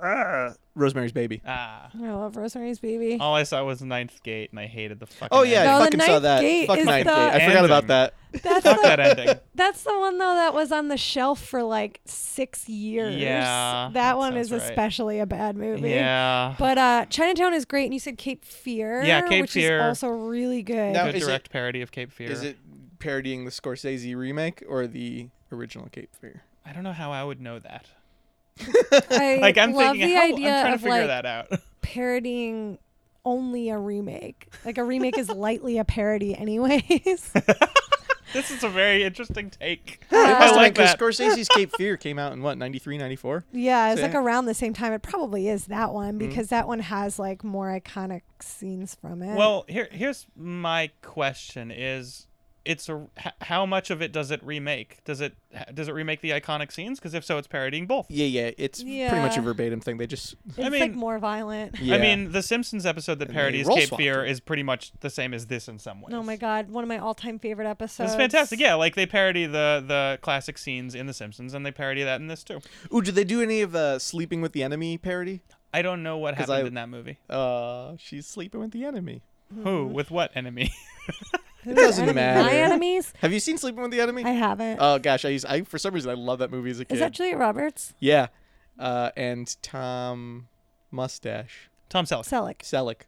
Speaker 3: uh, Rosemary's Baby.
Speaker 1: Ah.
Speaker 2: I love Rosemary's Baby.
Speaker 1: All I saw was Ninth Gate, and I hated the fucking.
Speaker 3: Oh yeah,
Speaker 2: No,
Speaker 3: I
Speaker 2: the
Speaker 3: fucking saw
Speaker 2: Ninth
Speaker 3: that.
Speaker 2: Gate
Speaker 3: Fuck
Speaker 2: is
Speaker 3: Ninth
Speaker 2: the-
Speaker 3: Gate. I forgot about
Speaker 1: Ending.
Speaker 3: that.
Speaker 2: That's
Speaker 1: ending. fuck
Speaker 2: the,
Speaker 1: that ending.
Speaker 2: that's the one though that was on the shelf for like six years.
Speaker 1: Yeah,
Speaker 2: that,
Speaker 1: that
Speaker 2: one is
Speaker 1: sounds right.
Speaker 2: especially a bad movie.
Speaker 1: Yeah.
Speaker 2: But uh, Chinatown is great, and you said Cape Fear,
Speaker 1: Yeah, Cape
Speaker 2: which
Speaker 1: Fear.
Speaker 2: is also really good.
Speaker 3: Now-
Speaker 1: Good
Speaker 3: is it-
Speaker 1: direct parody of Cape Fear.
Speaker 3: Is it parodying the Scorsese remake or the original Cape Fear?
Speaker 1: I don't know how I would know that.
Speaker 2: I
Speaker 1: Like I'm
Speaker 2: love
Speaker 1: thinking,
Speaker 2: the
Speaker 1: how,
Speaker 2: idea
Speaker 1: I'm trying
Speaker 2: of
Speaker 1: to figure
Speaker 2: like
Speaker 1: that out.
Speaker 2: parodying only a remake. Like a remake is lightly a parody, anyways.
Speaker 1: this is a very interesting take.
Speaker 3: It
Speaker 1: I
Speaker 3: must have
Speaker 1: like
Speaker 3: been
Speaker 1: that.
Speaker 3: because Scorsese's Cape Fear came out in what 93, 94?
Speaker 2: yeah, it's like
Speaker 3: Yeah.
Speaker 2: around the same time. It probably is that
Speaker 1: Mm-hmm.
Speaker 2: one because that one has like more iconic scenes from it.
Speaker 1: Well, here here's my question: Is it's a h- how much of it does it remake? Does it h- does it remake the iconic scenes? Because if so, it's parodying both.
Speaker 3: Yeah, yeah. It's pretty much
Speaker 2: Yeah.
Speaker 3: a verbatim thing. They just
Speaker 2: it's
Speaker 1: I
Speaker 2: like
Speaker 1: mean-
Speaker 2: more violent.
Speaker 3: yeah.
Speaker 1: I mean, the Simpsons episode that
Speaker 3: And they
Speaker 1: parodies
Speaker 3: role
Speaker 1: Cape
Speaker 3: swapped
Speaker 1: Fear is pretty much the same as this in some ways.
Speaker 2: Oh my god, one of my all-time favorite episodes.
Speaker 1: It's fantastic. Yeah, like they parody the the classic scenes in The Simpsons, and they parody that in this too.
Speaker 3: ooh, did they do any of the Sleeping with the Enemy parody?
Speaker 1: I don't know what
Speaker 3: 'Cause
Speaker 1: happened
Speaker 3: I-
Speaker 1: in that movie.
Speaker 3: Uh, she's sleeping with the enemy.
Speaker 2: Hmm.
Speaker 1: Who with what enemy?
Speaker 2: Who
Speaker 3: It
Speaker 2: are
Speaker 3: doesn't
Speaker 2: enemy-
Speaker 3: matter.
Speaker 2: My enemies?
Speaker 3: Have you seen Sleeping with the Enemy?
Speaker 2: I haven't.
Speaker 3: oh gosh, I used I for some reason I love that movie as a kid.
Speaker 2: is that Julia Roberts?
Speaker 3: yeah, uh, and Tom Mustache
Speaker 1: Tom Selleck.
Speaker 2: Selleck.
Speaker 3: Selleck.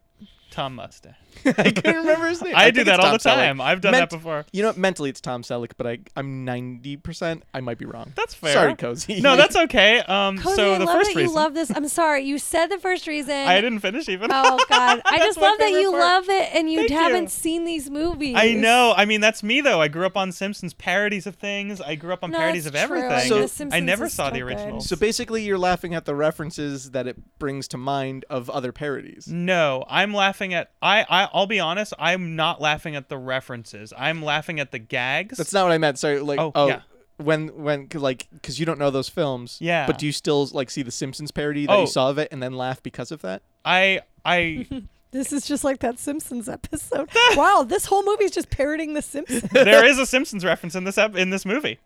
Speaker 1: Tom Mustache.
Speaker 3: I can't remember his name.
Speaker 1: I, do
Speaker 3: think
Speaker 1: that
Speaker 3: it's
Speaker 1: all the
Speaker 3: Tom Selleck.
Speaker 1: time. I've done
Speaker 3: Meant-
Speaker 1: that before.
Speaker 3: You know, mentally it's Tom Selleck, but I I'm ninety percent. I might be wrong.
Speaker 1: That's fair.
Speaker 3: Sorry, cozy.
Speaker 1: No, that's okay. Um,
Speaker 2: Cozy,
Speaker 1: so
Speaker 2: I
Speaker 1: the
Speaker 2: love
Speaker 1: first
Speaker 2: that
Speaker 1: reason
Speaker 2: you love this. I'm sorry, you said the first reason.
Speaker 1: I didn't finish even.
Speaker 2: Oh God! I
Speaker 1: That's
Speaker 2: just
Speaker 1: my
Speaker 2: love that
Speaker 1: favorite
Speaker 2: you
Speaker 1: part.
Speaker 2: love it and you
Speaker 1: Thank you.
Speaker 2: haven't seen these movies.
Speaker 1: I know. I mean, that's me though. I grew up on Simpsons parodies of things. I grew up on
Speaker 2: No,
Speaker 1: parodies of
Speaker 2: that's true. I
Speaker 1: everything.
Speaker 3: mean, The
Speaker 1: I
Speaker 2: Simpsons
Speaker 1: never
Speaker 2: is
Speaker 1: saw
Speaker 2: so
Speaker 1: the
Speaker 2: good.
Speaker 1: original.
Speaker 3: So basically, you're laughing at the references that it brings to mind of other parodies.
Speaker 1: No, I'm laughing at I, I I'll be honest, I'm not laughing at the references. I'm laughing at the gags.
Speaker 3: That's not what I meant. Sorry, like oh,
Speaker 1: Oh, yeah.
Speaker 3: when when 'cause, like because you don't know those films.
Speaker 1: Yeah.
Speaker 3: But do you still like see the Simpsons parody that
Speaker 1: Oh.
Speaker 3: you saw of it and then laugh because of that?
Speaker 1: I I
Speaker 2: This is just like that Simpsons episode. wow, this whole movie is just parroting the Simpsons.
Speaker 1: there is a Simpsons reference in this ep- in this movie.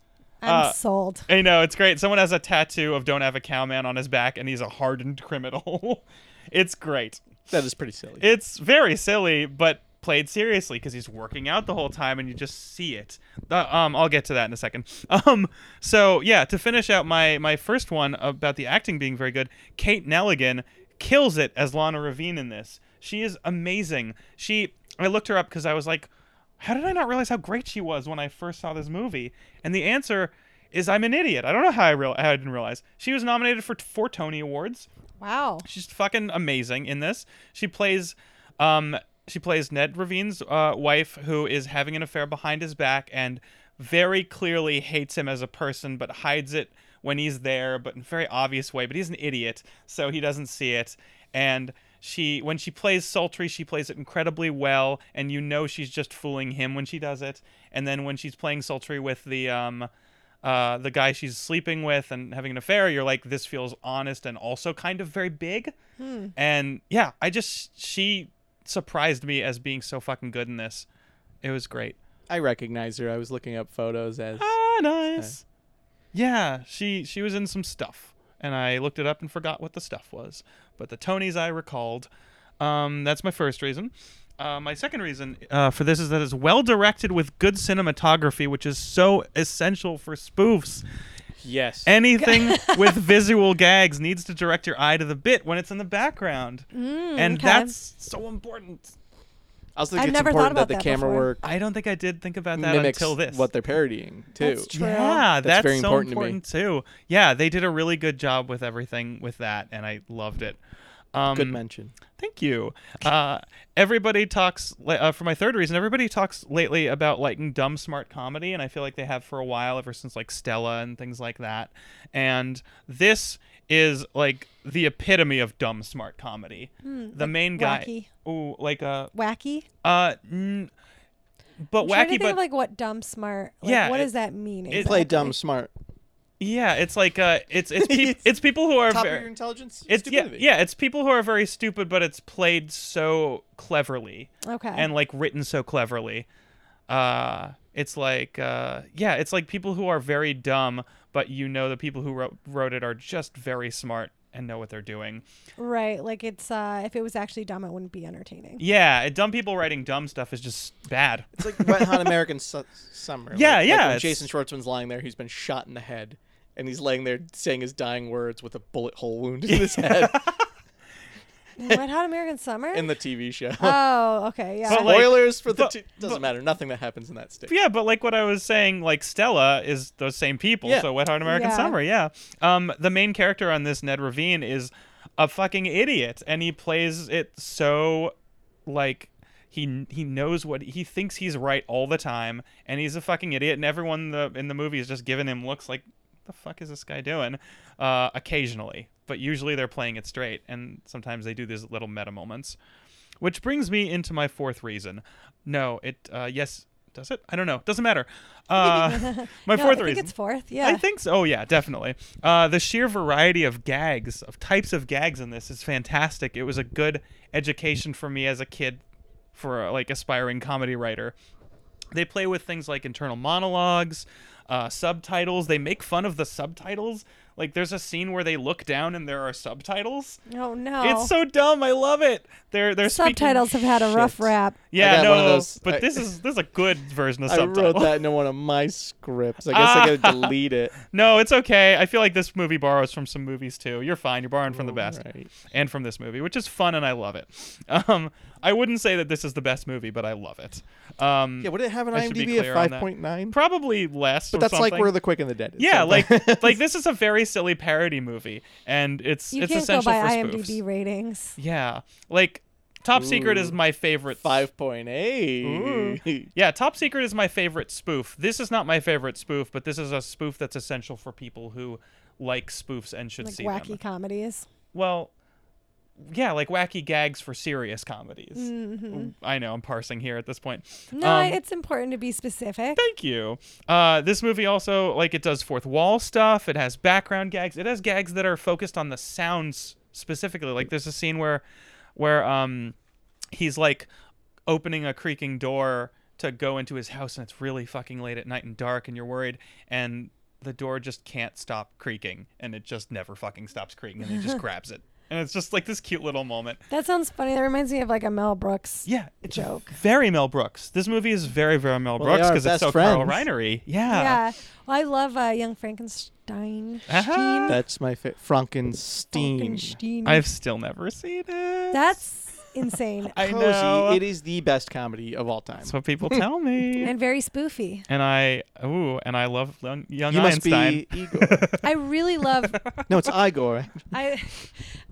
Speaker 2: I'm
Speaker 1: Uh,
Speaker 2: sold.
Speaker 1: I know, it's great. Someone has a tattoo of Don't Have a Cowman on his back and he's a hardened criminal. it's great.
Speaker 3: That is pretty silly.
Speaker 1: It's very silly, but played seriously because he's working out the whole time and you just see it. Uh, um, I'll get to that in a second. Um, so yeah, to finish out my my first one about the acting being very good, Kate Nelligan kills it as Lana Ravine in this. She is amazing. She I looked her up because I was like, how did I not realize how great she was when I first saw this movie? And the answer is I'm an idiot. I don't know how I real how I didn't realize she was nominated for t- four Tony Awards.
Speaker 2: Wow.
Speaker 1: She's fucking amazing in this. She plays, um, she plays Ned Ravine's uh, wife, who is having an affair behind his back and very clearly hates him as a person, but hides it when he's there, but in a very obvious way. But he's an idiot, so he doesn't see it. And she, when she plays sultry, she plays it incredibly well, and you know she's just fooling him when she does it. And then when she's playing sultry with the, um, uh, the guy she's sleeping with and having an affair, you're like, this feels honest and also kind of very big. And yeah, I just, she surprised me as being so fucking good in this. It was great.
Speaker 3: I recognize her. I was looking up photos as
Speaker 1: Ah, nice. Yeah, she she was in some stuff, and I looked it up and forgot what the stuff was. But the Tonys I recalled. Um, that's my first reason. Uh, my second reason uh, for this is that it's well directed with good cinematography, which is so essential for spoofs.
Speaker 3: yes.
Speaker 1: Anything with visual gags needs to direct your eye to the bit when it's in the background, and
Speaker 2: Mm, okay.
Speaker 1: that's so important.
Speaker 3: I also think
Speaker 2: I've
Speaker 3: it's
Speaker 2: never thought
Speaker 3: important
Speaker 2: about
Speaker 3: that the
Speaker 2: that
Speaker 3: camera
Speaker 2: before.
Speaker 3: work
Speaker 1: I don't think I did think about that
Speaker 3: mimics
Speaker 1: until this.
Speaker 3: what they're parodying too.
Speaker 2: That's true.
Speaker 1: Yeah,
Speaker 3: That's
Speaker 1: that's,
Speaker 3: very
Speaker 1: so
Speaker 3: important
Speaker 1: important,
Speaker 3: to me.
Speaker 1: too. Yeah, they did a really good job with everything with that, and I loved it. Um,
Speaker 3: Good mention.
Speaker 1: Thank you. Uh, everybody talks li- uh, for my third reason. Everybody talks lately about liking dumb smart comedy, and I feel like they have for a while, ever since like Stella and things like that. And this is like the epitome of dumb smart comedy. the main guy,
Speaker 2: Hmm, wacky.
Speaker 1: ooh, like a
Speaker 2: Wacky.
Speaker 1: uh, mm, but
Speaker 2: I'm trying to
Speaker 1: wacky,
Speaker 2: think
Speaker 1: but
Speaker 2: of like what dumb smart. Like,
Speaker 1: Yeah,
Speaker 2: What
Speaker 1: it-
Speaker 2: does that mean?
Speaker 1: it-
Speaker 3: Play
Speaker 2: exactly?
Speaker 3: dumb smart.
Speaker 1: yeah, it's like uh, it's it's peop it's people who are
Speaker 3: Top
Speaker 1: very,
Speaker 3: of your intelligence.
Speaker 1: it's yeah,
Speaker 3: stupidity.
Speaker 1: yeah it's people who are very stupid but it's played so cleverly
Speaker 2: Okay.
Speaker 1: and like written so cleverly uh it's like uh yeah it's like people who are very dumb but you know the people who wrote, wrote it are just very smart and know what they're doing
Speaker 2: right. Like it's uh, if it was actually dumb, it wouldn't be entertaining.
Speaker 1: yeah dumb people writing dumb stuff is just bad
Speaker 3: It's like Wet Hot American Su- Summer. like-
Speaker 1: Yeah,
Speaker 3: like
Speaker 1: yeah,
Speaker 3: when
Speaker 1: it's-
Speaker 3: Jason Schwartzman's lying there. He's been shot in the head, and he's laying there saying his dying words with a bullet hole wound in his head.
Speaker 2: Wet Hot American Summer?
Speaker 3: in the TV show.
Speaker 2: oh, okay. Yeah.
Speaker 1: But, like-
Speaker 3: Spoilers for the
Speaker 1: but-
Speaker 3: t- doesn't
Speaker 1: but-
Speaker 3: matter. Nothing that happens in that state.
Speaker 1: yeah, but like what I was saying, like Stella is those same people.
Speaker 3: Yeah.
Speaker 1: So Wet Hot American
Speaker 2: Yeah.
Speaker 1: Summer, yeah. Um, the main character on this Ned Ravine is a fucking idiot, and he plays it so like he he knows what he thinks he's right all the time, and he's a fucking idiot, and everyone in the, in the movie is just giving him looks like, the fuck is this guy doing? Uh, occasionally, but usually they're playing it straight, and sometimes they do these little meta moments. Which brings me into my fourth reason. No, it. Uh, yes, does it? I don't know. Doesn't matter. Uh, my
Speaker 2: No,
Speaker 1: fourth
Speaker 2: I think
Speaker 1: reason.
Speaker 2: it's fourth. Yeah.
Speaker 1: I think so. Oh yeah, definitely. Uh, the sheer variety of gags, of types of gags in this is fantastic. It was a good education for me as a kid, for a, like aspiring comedy writer. They play with things like internal monologues, uh, subtitles. They make fun of the subtitles. Like there's a scene where they look down and there are subtitles.
Speaker 2: oh no.
Speaker 1: It's so dumb. I love it. They're they're speaking-
Speaker 2: Subtitles have had a rough
Speaker 3: shit.
Speaker 2: rap.
Speaker 1: Yeah,
Speaker 3: got
Speaker 1: no,
Speaker 3: one of those-
Speaker 1: but
Speaker 3: I-
Speaker 1: this is this is a good version of
Speaker 3: I
Speaker 1: subtitles.
Speaker 3: wrote that into one of my scripts. I guess I gotta delete it.
Speaker 1: No, it's okay. I feel like this movie borrows from some movies too. You're fine. You're borrowing from the best
Speaker 3: Right.
Speaker 1: and from this movie, which is fun and I love it. Um, I wouldn't say that this is the best movie, but I love it. Um,
Speaker 3: Yeah, would it have an
Speaker 1: I should be
Speaker 3: IMDb of
Speaker 1: clear on
Speaker 3: five
Speaker 1: that.
Speaker 3: point nine?
Speaker 1: probably less.
Speaker 3: But
Speaker 1: or
Speaker 3: that's like
Speaker 1: something.
Speaker 3: where the quick and the dead. Is
Speaker 1: yeah, like
Speaker 3: sometimes.
Speaker 1: like this is a very silly parody movie, and it's
Speaker 2: You
Speaker 1: it's
Speaker 2: can't go
Speaker 1: essential
Speaker 2: by
Speaker 1: for
Speaker 2: IMDb
Speaker 1: spoofs.
Speaker 2: ratings.
Speaker 1: Yeah, like Top Secret is
Speaker 3: Ooh.
Speaker 1: my favorite.
Speaker 3: five point eight.
Speaker 1: Yeah, Top Secret is my favorite spoof. This is not my favorite spoof, but this is a spoof that's essential for people who like spoofs and should
Speaker 2: Like
Speaker 1: see
Speaker 2: wacky
Speaker 1: them.
Speaker 2: comedies.
Speaker 1: Well, yeah, like wacky gags for serious comedies. I know I'm parsing here at this point.
Speaker 2: Mm-hmm. No,
Speaker 1: Um,
Speaker 2: it's important to be specific.
Speaker 1: Thank you. Uh, this movie also like it does fourth wall stuff. It has background gags. It has gags that are focused on the sounds specifically. Like there's a scene where, where um, he's like opening a creaking door to go into his house, and it's really fucking late at night and dark, and you're worried, and the door just can't stop creaking, and it just never fucking stops creaking, and he just grabs it, and it's just like this cute little moment.
Speaker 2: That sounds funny. That reminds me of like a Mel Brooks.
Speaker 1: Yeah, it's
Speaker 2: Joke.
Speaker 1: very Mel Brooks. This movie is very, very Mel
Speaker 3: Well, they
Speaker 1: Brooks
Speaker 3: are
Speaker 1: because it's
Speaker 3: best
Speaker 1: so Carl
Speaker 3: friends.
Speaker 1: Reinery.
Speaker 2: Yeah. Well, I love uh, Young Frankenstein.
Speaker 1: Uh-huh.
Speaker 3: That's my favorite. Frankenstein.
Speaker 2: Frankenstein.
Speaker 1: I've still never seen it.
Speaker 2: That's insane
Speaker 1: I
Speaker 3: Cozy.
Speaker 1: know.
Speaker 3: It is the best comedy of all time.
Speaker 1: That's what people tell me.
Speaker 2: Hmm. and very spoofy.
Speaker 1: and I ooh, and I love Leon- Young
Speaker 3: you must
Speaker 1: Einstein.
Speaker 3: be Igor.
Speaker 2: I really love
Speaker 3: no, it's Igor.
Speaker 2: I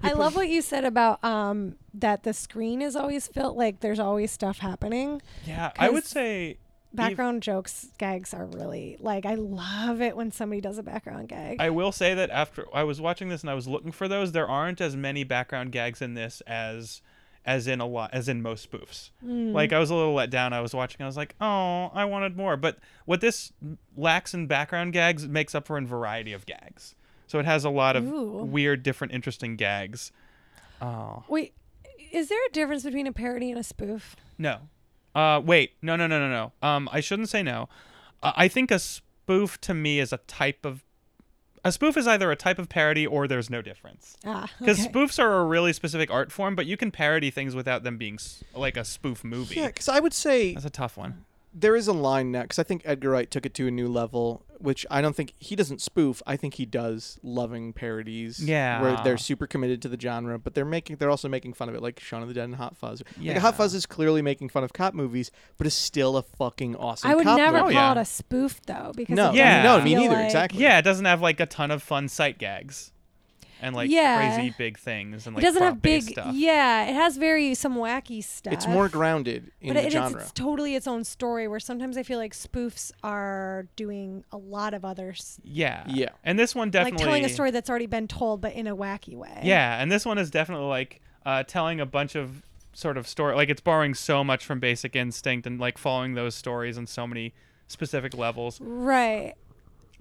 Speaker 2: I love what you said about um that the screen is always filled like there's always stuff happening.
Speaker 1: yeah, I would
Speaker 2: 'cause
Speaker 1: say
Speaker 2: Background jokes gags are really like I love it when somebody does a background gag.
Speaker 1: I will say that after I was watching this and I was looking for those, there aren't as many background gags in this as as in a lot as in most spoofs.
Speaker 2: Hmm.
Speaker 1: Like I was a little let down. I was watching. I was like, oh, I wanted more. But what this lacks in background gags it makes up for in variety of gags. So it has a lot of
Speaker 2: Ooh.
Speaker 1: weird, different, interesting gags. Oh
Speaker 2: Wait, is there a difference between a parody and a spoof?
Speaker 1: no, uh, wait, no, no, no, no, no. Um, I shouldn't say no. Uh, I think a spoof to me is a type of a spoof is either a type of parody or there's no difference.
Speaker 2: Ah,
Speaker 1: Because
Speaker 2: okay.
Speaker 1: spoofs are a really specific art form, but you can parody things without them being s- like a spoof movie.
Speaker 3: Yeah, because I would say
Speaker 1: That's a tough one.
Speaker 3: there is a line now because I think Edgar Wright took it to a new level, which I don't think he doesn't spoof. I think he does loving parodies.
Speaker 1: Yeah.
Speaker 3: where they're super committed to the genre, but they're making they're also making fun of it, like Shaun of the Dead and Hot Fuzz.
Speaker 1: Yeah.
Speaker 3: Like Hot Fuzz is clearly making fun of cop movies, but is still a fucking awesome.
Speaker 2: I would
Speaker 3: cop
Speaker 2: never
Speaker 1: Oh,
Speaker 2: call
Speaker 3: Movie.
Speaker 1: yeah.
Speaker 2: it a spoof though because
Speaker 3: No,
Speaker 2: it
Speaker 1: Yeah.
Speaker 3: no,
Speaker 2: doesn't
Speaker 3: me
Speaker 2: feel
Speaker 3: neither.
Speaker 2: like-
Speaker 3: Exactly.
Speaker 1: Yeah, it doesn't have like a ton of fun sight gags, and like
Speaker 2: Yeah.
Speaker 1: crazy big things and
Speaker 2: It
Speaker 1: like
Speaker 2: doesn't have big
Speaker 1: prop-based stuff.
Speaker 2: Yeah, it has very some wacky stuff.
Speaker 3: It's more grounded
Speaker 2: but
Speaker 3: in the
Speaker 2: it, it's,
Speaker 3: genre.
Speaker 2: it's totally its own story where sometimes I feel like spoofs are doing a lot of other s-
Speaker 1: Yeah,
Speaker 3: Yeah.
Speaker 1: And this one definitely
Speaker 2: like telling a story that's already been told but in a wacky way.
Speaker 1: Yeah, and this one is definitely like uh, telling a bunch of sort of story. Like it's borrowing so much from Basic Instinct and like following those stories on so many specific levels.
Speaker 2: Right.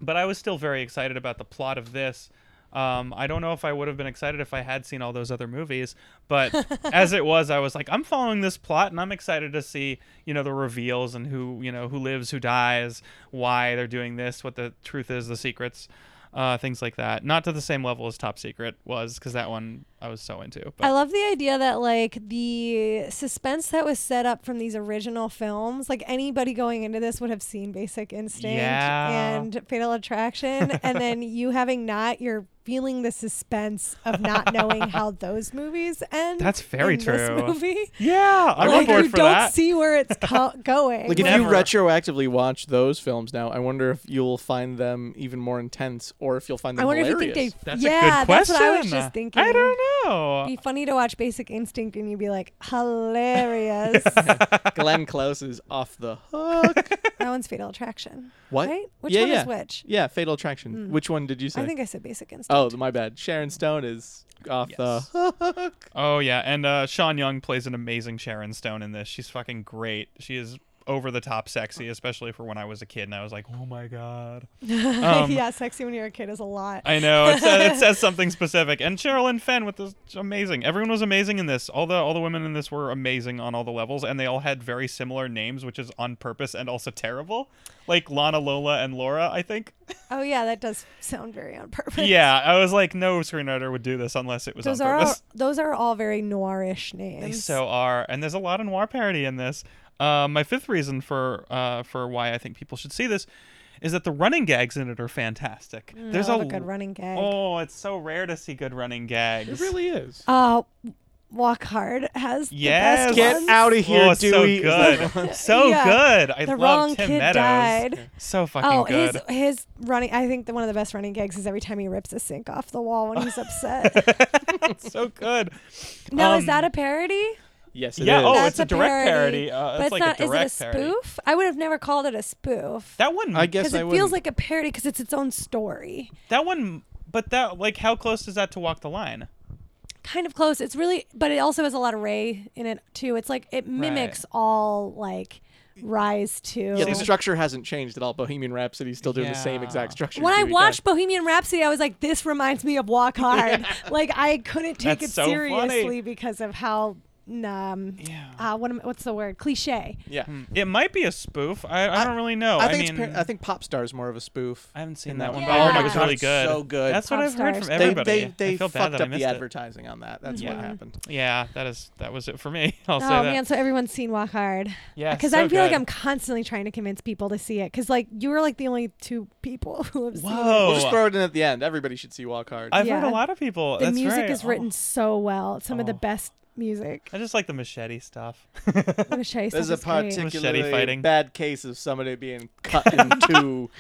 Speaker 1: but I was still very excited about the plot of this. Um, I don't know if I would have been excited if I had seen all those other movies, but as it was, I was like, I'm following this plot, and I'm excited to see, you know, the reveals and who, you know, who lives, who dies, why they're doing this, what the truth is, the secrets, uh, things like that. Not to the same level as Top Secret was, because that one I was so into.
Speaker 2: I
Speaker 1: But
Speaker 2: love the idea that like the suspense that was set up from these original films, like anybody going into this would have seen Basic Instinct
Speaker 1: Yeah.
Speaker 2: and Fatal Attraction, and then you having not, you're feeling the suspense of not knowing how those movies end.
Speaker 1: That's very
Speaker 2: in this
Speaker 1: true.
Speaker 2: movie,
Speaker 1: yeah, I'm on
Speaker 2: like
Speaker 1: board
Speaker 2: you
Speaker 1: for
Speaker 2: don't
Speaker 1: that.
Speaker 2: see where it's co- going.
Speaker 3: Like if
Speaker 1: Never.
Speaker 3: you retroactively watch those films now, I wonder if you'll find them even more intense, or if you'll find them
Speaker 2: I wonder
Speaker 3: hilarious.
Speaker 2: if you think they.
Speaker 1: that's
Speaker 2: yeah,
Speaker 1: a good
Speaker 2: that's
Speaker 1: question.
Speaker 2: what I was just thinking.
Speaker 1: I don't know.
Speaker 2: It'd be funny to watch Basic Instinct and you'd be like, hilarious.
Speaker 3: Glenn Close is off the hook.
Speaker 2: that one's Fatal Attraction.
Speaker 3: What?
Speaker 2: Right? Which
Speaker 3: yeah,
Speaker 2: one
Speaker 3: yeah.
Speaker 2: is which? Mm-hmm.
Speaker 3: Yeah, Fatal Attraction. Which one did you say?
Speaker 2: I think I said Basic Instinct.
Speaker 3: oh, my bad. Sharon Stone is off
Speaker 1: Yes.
Speaker 3: the hook.
Speaker 1: Oh yeah, and uh, Sean Young plays an amazing Sharon Stone in this. She's fucking great. She is over the top sexy, especially for when I was a kid and I was like, oh my god. Um,
Speaker 2: yeah, sexy when you're a kid is a lot.
Speaker 1: I know it says, it says something specific. And Sherilyn Fenn with this amazing. Everyone was amazing in this. All the all the women in this were amazing on all the levels, and they all had very similar names, which is on purpose and also terrible. Like Lana, Lola, and Laura. I think.
Speaker 2: oh yeah, that does sound very on purpose.
Speaker 1: yeah, I was like, no screenwriter would do this unless it was
Speaker 2: Those
Speaker 1: on
Speaker 2: are
Speaker 1: purpose.
Speaker 2: all, those are all very noirish names.
Speaker 1: They so are, and there's a lot of noir parody in this. Uh, my fifth reason for uh, for why I think people should see this is that the running gags in it are fantastic. there's a,
Speaker 2: I love a Mm, good running gag.
Speaker 1: Oh, it's so rare to see good running gags.
Speaker 3: It really is.
Speaker 2: Uh, Walk Hard has
Speaker 1: Yes.
Speaker 2: the best
Speaker 3: Get
Speaker 2: ones.
Speaker 3: out of here,
Speaker 1: oh, it's so
Speaker 3: Dewey. is that the one?
Speaker 1: good. so
Speaker 2: Yeah.
Speaker 1: good. I
Speaker 2: The
Speaker 1: love
Speaker 2: wrong
Speaker 1: Tim
Speaker 2: kid
Speaker 1: Meadows.
Speaker 2: died.
Speaker 1: So fucking
Speaker 2: Oh,
Speaker 1: good.
Speaker 2: his his running. I think that one of the best running gags is every time he rips a sink off the wall when he's upset.
Speaker 1: It's so good.
Speaker 2: now is
Speaker 1: Um,
Speaker 2: that a parody?
Speaker 3: Yes, it is.
Speaker 1: Yeah, oh, it's
Speaker 2: That's
Speaker 1: a direct parody. Uh,
Speaker 2: but
Speaker 1: it's like a
Speaker 2: not.
Speaker 1: direct
Speaker 2: is it a
Speaker 1: parody.
Speaker 2: spoof? I would have never called it a spoof.
Speaker 1: That one.
Speaker 3: I guess
Speaker 2: because
Speaker 3: I
Speaker 2: it
Speaker 3: would.
Speaker 2: feels like a parody because it's its own story.
Speaker 1: That one. But that like, how close is that to Walk the Line?
Speaker 2: Kind of close. It's really, but it also has a lot of Ray in it too. It's like it mimics all like rise to.
Speaker 3: Yeah, the structure hasn't changed at all. Bohemian Rhapsody's still doing the same
Speaker 1: Yeah.
Speaker 3: exact structure.
Speaker 2: when I
Speaker 3: Dewey
Speaker 2: watched
Speaker 3: died.
Speaker 2: Bohemian Rhapsody, I was like, "This reminds me of Walk Hard." Like I couldn't take
Speaker 1: That's
Speaker 2: it
Speaker 1: so funny.
Speaker 2: seriously because of how um,
Speaker 1: Yeah.
Speaker 2: uh, what am, what's the word? Cliche.
Speaker 3: yeah,
Speaker 1: It might be a spoof. I, I,
Speaker 3: I-
Speaker 1: don't really know.
Speaker 3: Oh, I
Speaker 1: Hmm. I,
Speaker 3: think
Speaker 1: mean,
Speaker 3: it's par- I think Popstar is more of a spoof.
Speaker 1: I haven't seen
Speaker 3: in
Speaker 1: that
Speaker 3: that
Speaker 1: one,
Speaker 2: one.
Speaker 1: but I heard it was
Speaker 2: Yeah.
Speaker 1: really good.
Speaker 3: So good.
Speaker 1: That's what
Speaker 2: Pop
Speaker 1: I've heard from
Speaker 2: stars. They-
Speaker 3: They
Speaker 1: everybody.
Speaker 3: they they
Speaker 1: I feel bad
Speaker 3: fucked
Speaker 1: that I
Speaker 3: up the
Speaker 1: missed it.
Speaker 3: advertising on that. That's what
Speaker 1: Yeah.
Speaker 3: happened.
Speaker 1: Yeah, that is that was it for me. I'll say that.
Speaker 2: oh man, so everyone's seen Walk Hard.
Speaker 1: Yeah,
Speaker 2: because
Speaker 1: so
Speaker 2: I feel like
Speaker 1: good.
Speaker 2: I'm constantly trying to convince people to see it. Because like you were like the only two people who have seen it.
Speaker 1: Whoa.
Speaker 3: We'll just throw it in at the end. Everybody should see Walk Hard.
Speaker 1: I've heard
Speaker 2: Yeah.
Speaker 1: a lot of people.
Speaker 2: The
Speaker 1: That's
Speaker 2: music
Speaker 1: right.
Speaker 2: is written
Speaker 1: Oh,
Speaker 2: so well. It's Some of the
Speaker 1: Oh.
Speaker 2: best music.
Speaker 1: I just like the machete stuff.
Speaker 2: I'm gonna show you
Speaker 3: This is a
Speaker 2: something great.
Speaker 1: Machete
Speaker 3: particularly
Speaker 1: fighting.
Speaker 3: bad case of somebody being cut in two.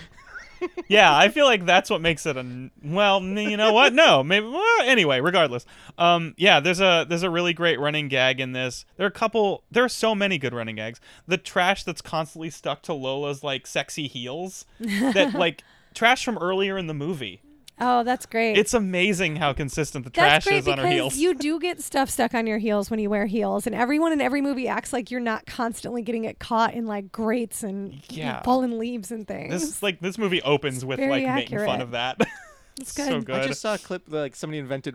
Speaker 1: yeah, I feel like that's what makes it a n- well. n- You know what? No, maybe. Well, anyway, regardless. Um, yeah, there's a there's a really great running gag in this. There are a couple. There are so many good running gags. The trash that's constantly stuck to Lola's like sexy heels. That like trash from earlier in the movie.
Speaker 2: Oh, that's great.
Speaker 1: It's amazing how consistent the trash
Speaker 2: that's great
Speaker 1: is on her
Speaker 2: because
Speaker 1: heels.
Speaker 2: you do get stuff stuck on your heels when you wear heels, and everyone in every movie acts like you're not constantly getting it caught in like grates and
Speaker 1: Yeah.
Speaker 2: fallen leaves and things.
Speaker 1: This like this movie opens with
Speaker 2: very
Speaker 1: like making fun
Speaker 2: accurate.
Speaker 1: of that. It's
Speaker 2: good.
Speaker 1: so
Speaker 2: I
Speaker 1: good.
Speaker 3: I just saw a clip that, like somebody invented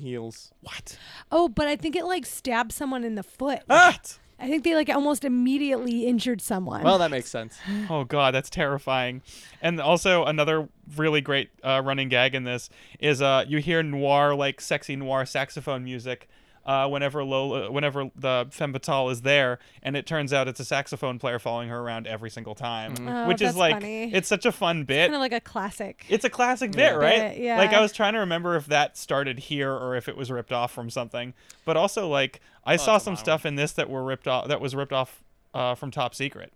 Speaker 3: heels.
Speaker 1: what?
Speaker 2: oh, but I think it like stabbed someone in the foot.
Speaker 1: What?
Speaker 2: I think they like almost immediately injured someone.
Speaker 3: Well, that makes sense.
Speaker 1: Oh god, that's terrifying. And also another really great uh, running gag in this is uh you hear noir like sexy noir saxophone music. Uh, whenever Lola, whenever the femme fatale is there, and it turns out it's a saxophone player following her around every single time,
Speaker 2: Oh,
Speaker 1: which is
Speaker 2: that's
Speaker 1: like
Speaker 2: funny.
Speaker 1: it's such a fun bit.
Speaker 2: kind of like a classic.
Speaker 1: It's a classic bit, right?
Speaker 2: Bit, yeah.
Speaker 1: Like I was trying to remember if that started here or if it was ripped off from something. But also, like I saw
Speaker 3: it's a
Speaker 1: some
Speaker 3: mild
Speaker 1: stuff in this that were ripped off that was ripped off uh, from Top Secret.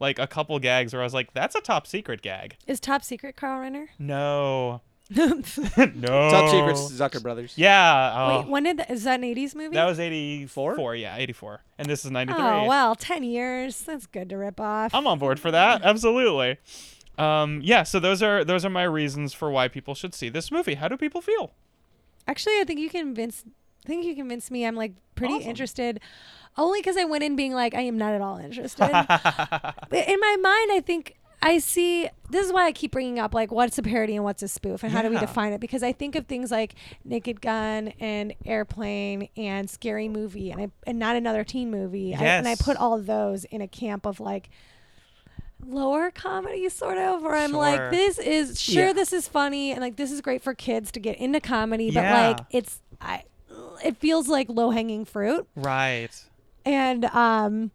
Speaker 1: Like a couple gags where I was like, "That's a Top Secret gag."
Speaker 2: is Top Secret Carl Renner?
Speaker 1: No,
Speaker 3: Oh.
Speaker 2: Wait,
Speaker 1: no.
Speaker 3: Top secrets, Zucker Brothers.
Speaker 1: Yeah. oh.
Speaker 2: when did that, is that an 80s movie?
Speaker 1: that was eighty-four.
Speaker 3: Four?
Speaker 1: Yeah, eighty-four. And this is ninety-three.
Speaker 2: Oh, well, 10 years. That's good to rip off.
Speaker 1: I'm on board for that. Absolutely. Um, yeah. So those are those are my reasons for why people should see this movie. How do people feel?
Speaker 2: Actually, I think you convinced I think you convinced me I'm like pretty
Speaker 1: Awesome.
Speaker 2: interested only cuz I went in being like I am not at all interested. in my mind, I think I see this is why I keep bringing up like what's a parody and what's a spoof and how do we
Speaker 1: Yeah.
Speaker 2: define it because I think of things like Naked Gun and Airplane and Scary Movie and I and not another teen movie I- and I
Speaker 1: Yes.
Speaker 2: put all those in a camp of like lower comedy sort of where I'm
Speaker 1: Sure.
Speaker 2: like this is sure
Speaker 3: Yeah.
Speaker 2: this is funny and like this is great for kids to get into comedy but
Speaker 1: Yeah.
Speaker 2: like it's I it feels like low hanging fruit.
Speaker 1: Right.
Speaker 2: And um,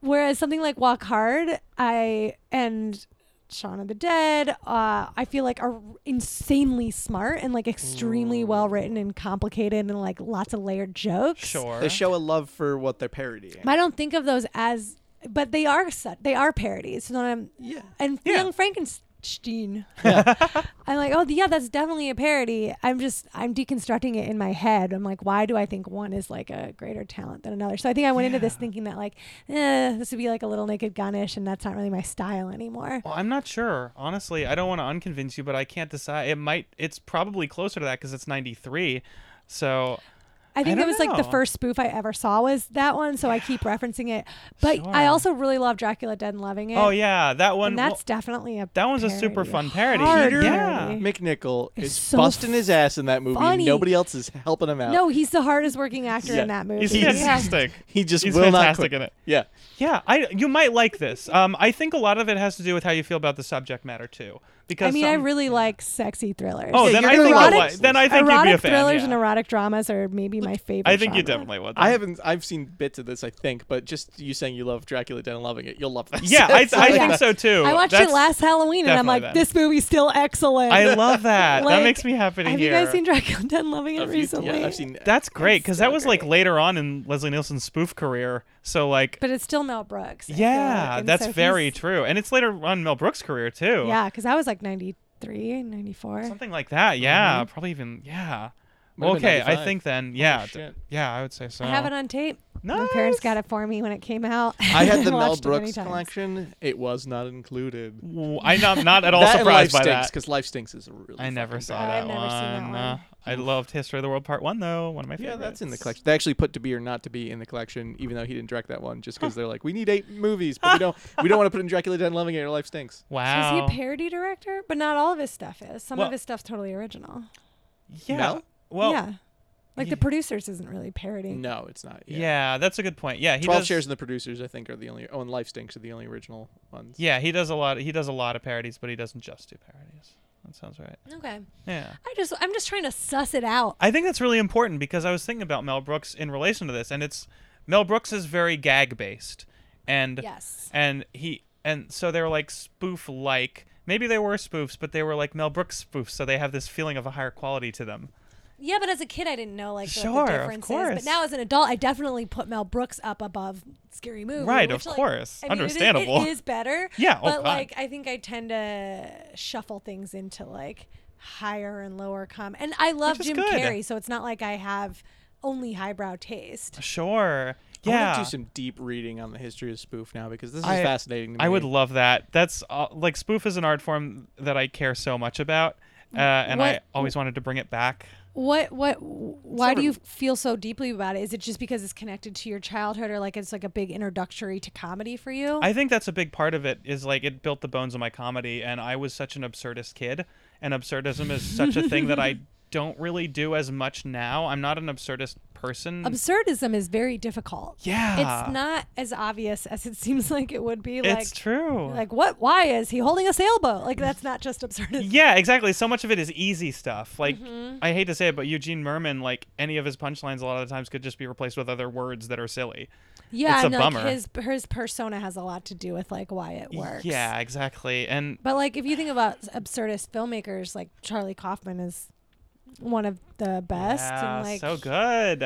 Speaker 2: whereas something like Walk Hard, I and Shaun of the Dead, uh, I feel like are insanely smart and like extremely
Speaker 1: Mm.
Speaker 2: well written and complicated and like lots of layered jokes.
Speaker 1: Sure.
Speaker 3: They show a love for what they're parodying.
Speaker 2: I don't think of those as, but they are su- they are parodies. So then I'm
Speaker 3: yeah.
Speaker 2: and
Speaker 1: Yeah.
Speaker 2: Young Frankenstein. I'm like, oh yeah, that's definitely a parody. I'm just I'm deconstructing it in my head. I'm like, why do I think one is like a greater talent than another? So I think I went into this
Speaker 1: Yeah.
Speaker 2: thinking that like, eh, this would be like a little naked gun-ish, and that's not really my style anymore.
Speaker 1: Well, I'm not sure. Honestly, I don't want to unconvince you, but I can't decide. It might. It's probably closer to that because it's 93. So
Speaker 2: I think it
Speaker 1: don't
Speaker 2: was like the
Speaker 1: know.
Speaker 2: first spoof I ever saw was that one, so I keep referencing it. But I
Speaker 1: Sure.
Speaker 2: also really love Dracula Dead and loving it.
Speaker 1: Oh yeah, that one.
Speaker 2: And
Speaker 1: well,
Speaker 2: that's definitely a
Speaker 1: that one's a super
Speaker 2: parody.
Speaker 1: fun parody.
Speaker 2: Hard
Speaker 1: Peter- Yeah.
Speaker 2: parody.
Speaker 3: McNichol
Speaker 2: It's
Speaker 3: is
Speaker 2: so
Speaker 3: busting his ass in that movie.
Speaker 2: funny.
Speaker 3: Nobody else is helping him out.
Speaker 2: No, he's the hardest working actor
Speaker 3: Yeah.
Speaker 2: in that movie.
Speaker 1: He's
Speaker 2: Yeah.
Speaker 1: fantastic.
Speaker 3: he just
Speaker 1: He's
Speaker 3: will not
Speaker 1: fantastic
Speaker 3: quit.
Speaker 1: in it.
Speaker 3: Yeah.
Speaker 1: Yeah, I you might like this. Um, I think a lot of it has to do with how you feel about the subject matter too. Because
Speaker 2: I mean, I
Speaker 1: some-
Speaker 2: really like sexy thrillers.
Speaker 1: oh,
Speaker 3: Yeah,
Speaker 1: then
Speaker 3: you're
Speaker 1: I
Speaker 3: gonna
Speaker 1: think
Speaker 3: like
Speaker 1: you'll
Speaker 3: it.
Speaker 1: like, then I think you'd be
Speaker 2: erotic
Speaker 1: a fan.
Speaker 2: thrillers
Speaker 1: yeah.
Speaker 2: and erotic dramas are maybe my favorite.
Speaker 1: I think you
Speaker 2: genre.
Speaker 1: definitely would.
Speaker 3: I
Speaker 1: then.
Speaker 3: haven't. I've seen bits of this, I think, but just you saying you love Dracula Dead and loving it, you'll love this.
Speaker 1: Yeah, I, I
Speaker 2: yeah.
Speaker 1: think so too.
Speaker 2: I watched
Speaker 1: That's-
Speaker 2: it last Halloween, and I'm like,
Speaker 1: definitely that.
Speaker 2: this movie's still excellent.
Speaker 1: I love that. that
Speaker 2: Like,
Speaker 1: makes me happy to
Speaker 2: Have
Speaker 1: hear.
Speaker 2: you guys seen Dracula Dead and Loving It
Speaker 3: I've-
Speaker 2: recently?
Speaker 3: Yeah, I've seen.
Speaker 1: That's great because that
Speaker 2: so
Speaker 1: was like
Speaker 2: great.
Speaker 1: later on in Leslie Nielsen's spoof career. So like,
Speaker 2: but it's still Mel Brooks. I feel like,
Speaker 1: yeah,
Speaker 2: and
Speaker 1: that's
Speaker 2: so
Speaker 1: very
Speaker 2: he's-
Speaker 1: true, and it's later on in Mel Brooks' career too.
Speaker 2: Yeah, because that was like 93, 94.
Speaker 1: something like that. Yeah, probably even yeah.
Speaker 3: Mm-hmm. Might have been
Speaker 1: okay, I
Speaker 3: 95.
Speaker 1: think then yeah, d-
Speaker 3: Oh, shit.
Speaker 1: yeah, I would say so.
Speaker 2: I have it on tape. My
Speaker 1: Nice.
Speaker 2: parents got it for me when it came out.
Speaker 3: I had the Mel
Speaker 2: watched it many
Speaker 3: Brooks
Speaker 2: times.
Speaker 3: collection. It was not included.
Speaker 1: W- I'm not not at all
Speaker 3: that and Life
Speaker 1: surprised by
Speaker 3: Stinks,
Speaker 1: that.
Speaker 3: because Life Stinks is a really.
Speaker 1: I never
Speaker 3: fucking
Speaker 1: saw
Speaker 2: bad.
Speaker 1: that,
Speaker 2: I've
Speaker 1: one.
Speaker 2: never seen that one.
Speaker 1: Uh, I loved History of the World Part One though, one of my
Speaker 3: bad- Yeah,
Speaker 1: favorites.
Speaker 3: that's in the collection. They actually put to be or not to be in the collection, even though he didn't direct that one, just because they're like, we need eight movies, but we don't, we don't want to put in Dracula Dead and Loving It or Life Stinks.
Speaker 2: So is he
Speaker 1: Wow.
Speaker 2: a parody director? But not all of his stuff is. Some
Speaker 1: Well-
Speaker 2: of his stuff's totally original.
Speaker 1: yeah.
Speaker 3: Mel?
Speaker 1: Well, yeah.
Speaker 2: yeah. Like the producers isn't really parodying.
Speaker 3: No, it's not. Yeah.
Speaker 1: that's a good point. Yeah, he
Speaker 3: Twelve
Speaker 1: does,
Speaker 3: Chairs and the Producers, I think, are the only. Oh, and Life Stinks are the only original ones.
Speaker 1: Yeah, he does a lot. He does a lot of parodies, but he doesn't just do parodies. That sounds right.
Speaker 2: Okay.
Speaker 1: Yeah.
Speaker 2: I just I'm just trying to suss it out.
Speaker 1: I think that's really important because I was thinking about Mel Brooks in relation to this, and it's Mel Brooks is very gag based, and
Speaker 2: Yes.
Speaker 1: and he and so they were like spoof like. Maybe they were spoofs, but they were like Mel Brooks spoofs, so they have this feeling of a higher quality to them.
Speaker 2: Yeah, but as a kid I didn't know like
Speaker 1: Sure,
Speaker 2: what
Speaker 1: of
Speaker 2: the difference is.
Speaker 1: course.
Speaker 2: But now as an adult I definitely put Mel Brooks up above Scary Movie.
Speaker 1: Right,
Speaker 2: which,
Speaker 1: of
Speaker 2: like,
Speaker 1: course.
Speaker 2: I mean, it is-
Speaker 1: Understandable.
Speaker 2: It is better.
Speaker 1: Yeah, oh,
Speaker 2: But
Speaker 1: God.
Speaker 2: like I think I tend to shuffle things into like higher and lower com and I love
Speaker 1: Which is
Speaker 2: Jim
Speaker 1: good.
Speaker 2: Carrey, so it's not like I have only highbrow taste.
Speaker 1: Sure.
Speaker 3: I
Speaker 1: Yeah.
Speaker 3: want to do some deep reading on the history of spoof now because this is
Speaker 1: I-
Speaker 3: fascinating. To me.
Speaker 1: I would love that. That's uh, like spoof is an art form that I care so much about, uh, and I
Speaker 2: What-
Speaker 1: always wanted to bring it back.
Speaker 2: What what why
Speaker 3: never-
Speaker 2: do you feel so deeply about it? Is it just because it's connected to your childhood or like it's like a big introductory to comedy for you?
Speaker 1: I think that's a big part of it. Is like it built the bones of my comedy, and I was such an absurdist kid, and absurdism is such a thing that I don't really do as much now. I'm not an absurdist person.
Speaker 2: Absurdism is very difficult.
Speaker 1: yeah,
Speaker 2: It's not as obvious as it seems like it would be like
Speaker 1: It's true.
Speaker 2: like what why is he holding a sailboat? Like that's not just absurdism.
Speaker 1: yeah, exactly. So much of it is easy stuff. Like
Speaker 2: Mm-hmm.
Speaker 1: I hate to say it, but Eugene Merman, like any of his punchlines, a lot of the times could just be replaced with other words that are silly.
Speaker 2: Yeah,
Speaker 1: It's a
Speaker 2: and like
Speaker 1: bummer.
Speaker 2: his his persona has a lot to do with like why it works.
Speaker 1: Yeah, exactly. And
Speaker 2: But like if you think about absurdist filmmakers like Charlie Kaufman is one of the best
Speaker 1: yeah,
Speaker 2: and like
Speaker 1: so good.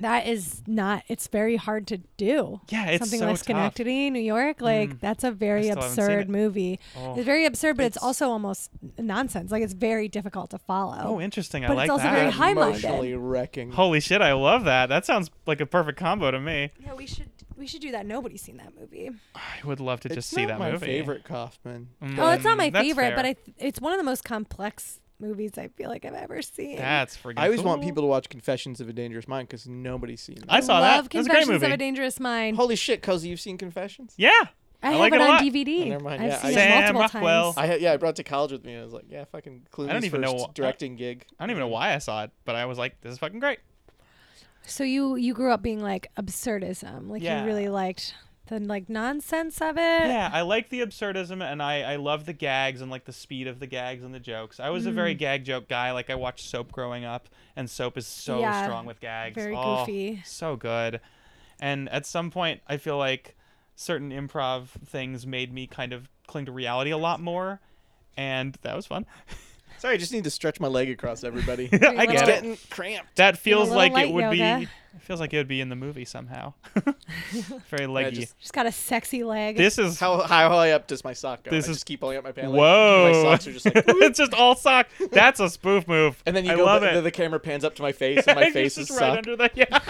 Speaker 2: that is not it's very hard to do
Speaker 1: Yeah, it's
Speaker 2: something
Speaker 1: so
Speaker 2: like
Speaker 1: tough. Mm.
Speaker 2: schenectady new york like that's a very
Speaker 1: still haven't seen it.
Speaker 2: absurd movie
Speaker 1: Oh.
Speaker 2: it's very absurd but it's,
Speaker 1: It's-
Speaker 2: also almost nonsense like it's very difficult to follow
Speaker 1: Oh, interesting. I
Speaker 2: But it's
Speaker 1: like
Speaker 2: also
Speaker 1: that.
Speaker 2: very high- high-minded.
Speaker 3: emotionally wrecking.
Speaker 1: Holy shit, I love that. That sounds like a perfect combo to me.
Speaker 2: yeah we should we should do that nobody's seen that movie
Speaker 1: I would love to just
Speaker 3: it's
Speaker 1: see that
Speaker 3: not my
Speaker 1: movie.
Speaker 3: favorite Kaufman.
Speaker 2: oh it's not my
Speaker 1: Mm, that's
Speaker 2: favorite but
Speaker 1: fair.
Speaker 2: i th- it's one of the most complex movies i feel like i've ever seen
Speaker 1: That's freaking.
Speaker 3: I always want
Speaker 1: cool.
Speaker 3: people to watch Confessions of a Dangerous Mind because nobody's seen that.
Speaker 1: I saw
Speaker 2: love
Speaker 1: that. That's a great
Speaker 2: confessions
Speaker 1: movie.
Speaker 2: of a dangerous mind
Speaker 3: Holy shit, Cozy, you've seen Confessions?
Speaker 1: yeah,
Speaker 2: i,
Speaker 1: I
Speaker 2: have
Speaker 1: like
Speaker 2: it,
Speaker 1: it a
Speaker 2: on
Speaker 1: lot.
Speaker 2: dvd
Speaker 3: Oh, never mind.
Speaker 2: i've
Speaker 3: Yeah, I-
Speaker 2: seen
Speaker 1: Sam
Speaker 2: it multiple
Speaker 1: Rockwell.
Speaker 2: times
Speaker 3: I had, yeah, I brought it to college with me. and I was like, yeah, fucking Clooney's
Speaker 1: I don't even know
Speaker 3: first
Speaker 1: wh-
Speaker 3: directing gig.
Speaker 1: I don't even know why I saw it, but I was like, this is fucking great.
Speaker 2: so you you grew up being like absurdism like
Speaker 1: Yeah.
Speaker 2: you really liked the like nonsense of it.
Speaker 1: yeah, I like the absurdism and I, I love the gags and like the speed of the gags and the jokes. I was a
Speaker 2: Mm.
Speaker 1: very gag joke guy. Like I watched Soap growing up and Soap is so
Speaker 2: Yeah,
Speaker 1: strong with gags.
Speaker 2: very
Speaker 1: Oh,
Speaker 2: goofy.
Speaker 1: So good. And at some point I feel like certain improv things made me kind of cling to reality a lot more and that was fun.
Speaker 3: Sorry, I just need to stretch my leg across everybody.
Speaker 2: Very
Speaker 1: I
Speaker 2: little-
Speaker 1: get it.
Speaker 3: Getting cramped.
Speaker 1: That feels
Speaker 2: little
Speaker 1: like
Speaker 2: light
Speaker 1: it would be
Speaker 2: yoga.
Speaker 1: it feels like it would be in the movie somehow. very
Speaker 3: Yeah,
Speaker 1: leggy.
Speaker 3: just-
Speaker 2: Just got a sexy leg.
Speaker 1: this is
Speaker 3: How, how high up does my sock go?
Speaker 1: This
Speaker 3: I
Speaker 1: is-
Speaker 3: just keep pulling up my pants.
Speaker 1: Whoa!
Speaker 3: my socks are just like.
Speaker 1: it's just all sock. That's a spoof move.
Speaker 3: And then you
Speaker 1: I
Speaker 3: go.
Speaker 1: love
Speaker 3: the,
Speaker 1: it.
Speaker 3: the camera pans up to my face, and my
Speaker 1: It's
Speaker 3: face is
Speaker 1: just
Speaker 3: sock.
Speaker 1: right under the yeah.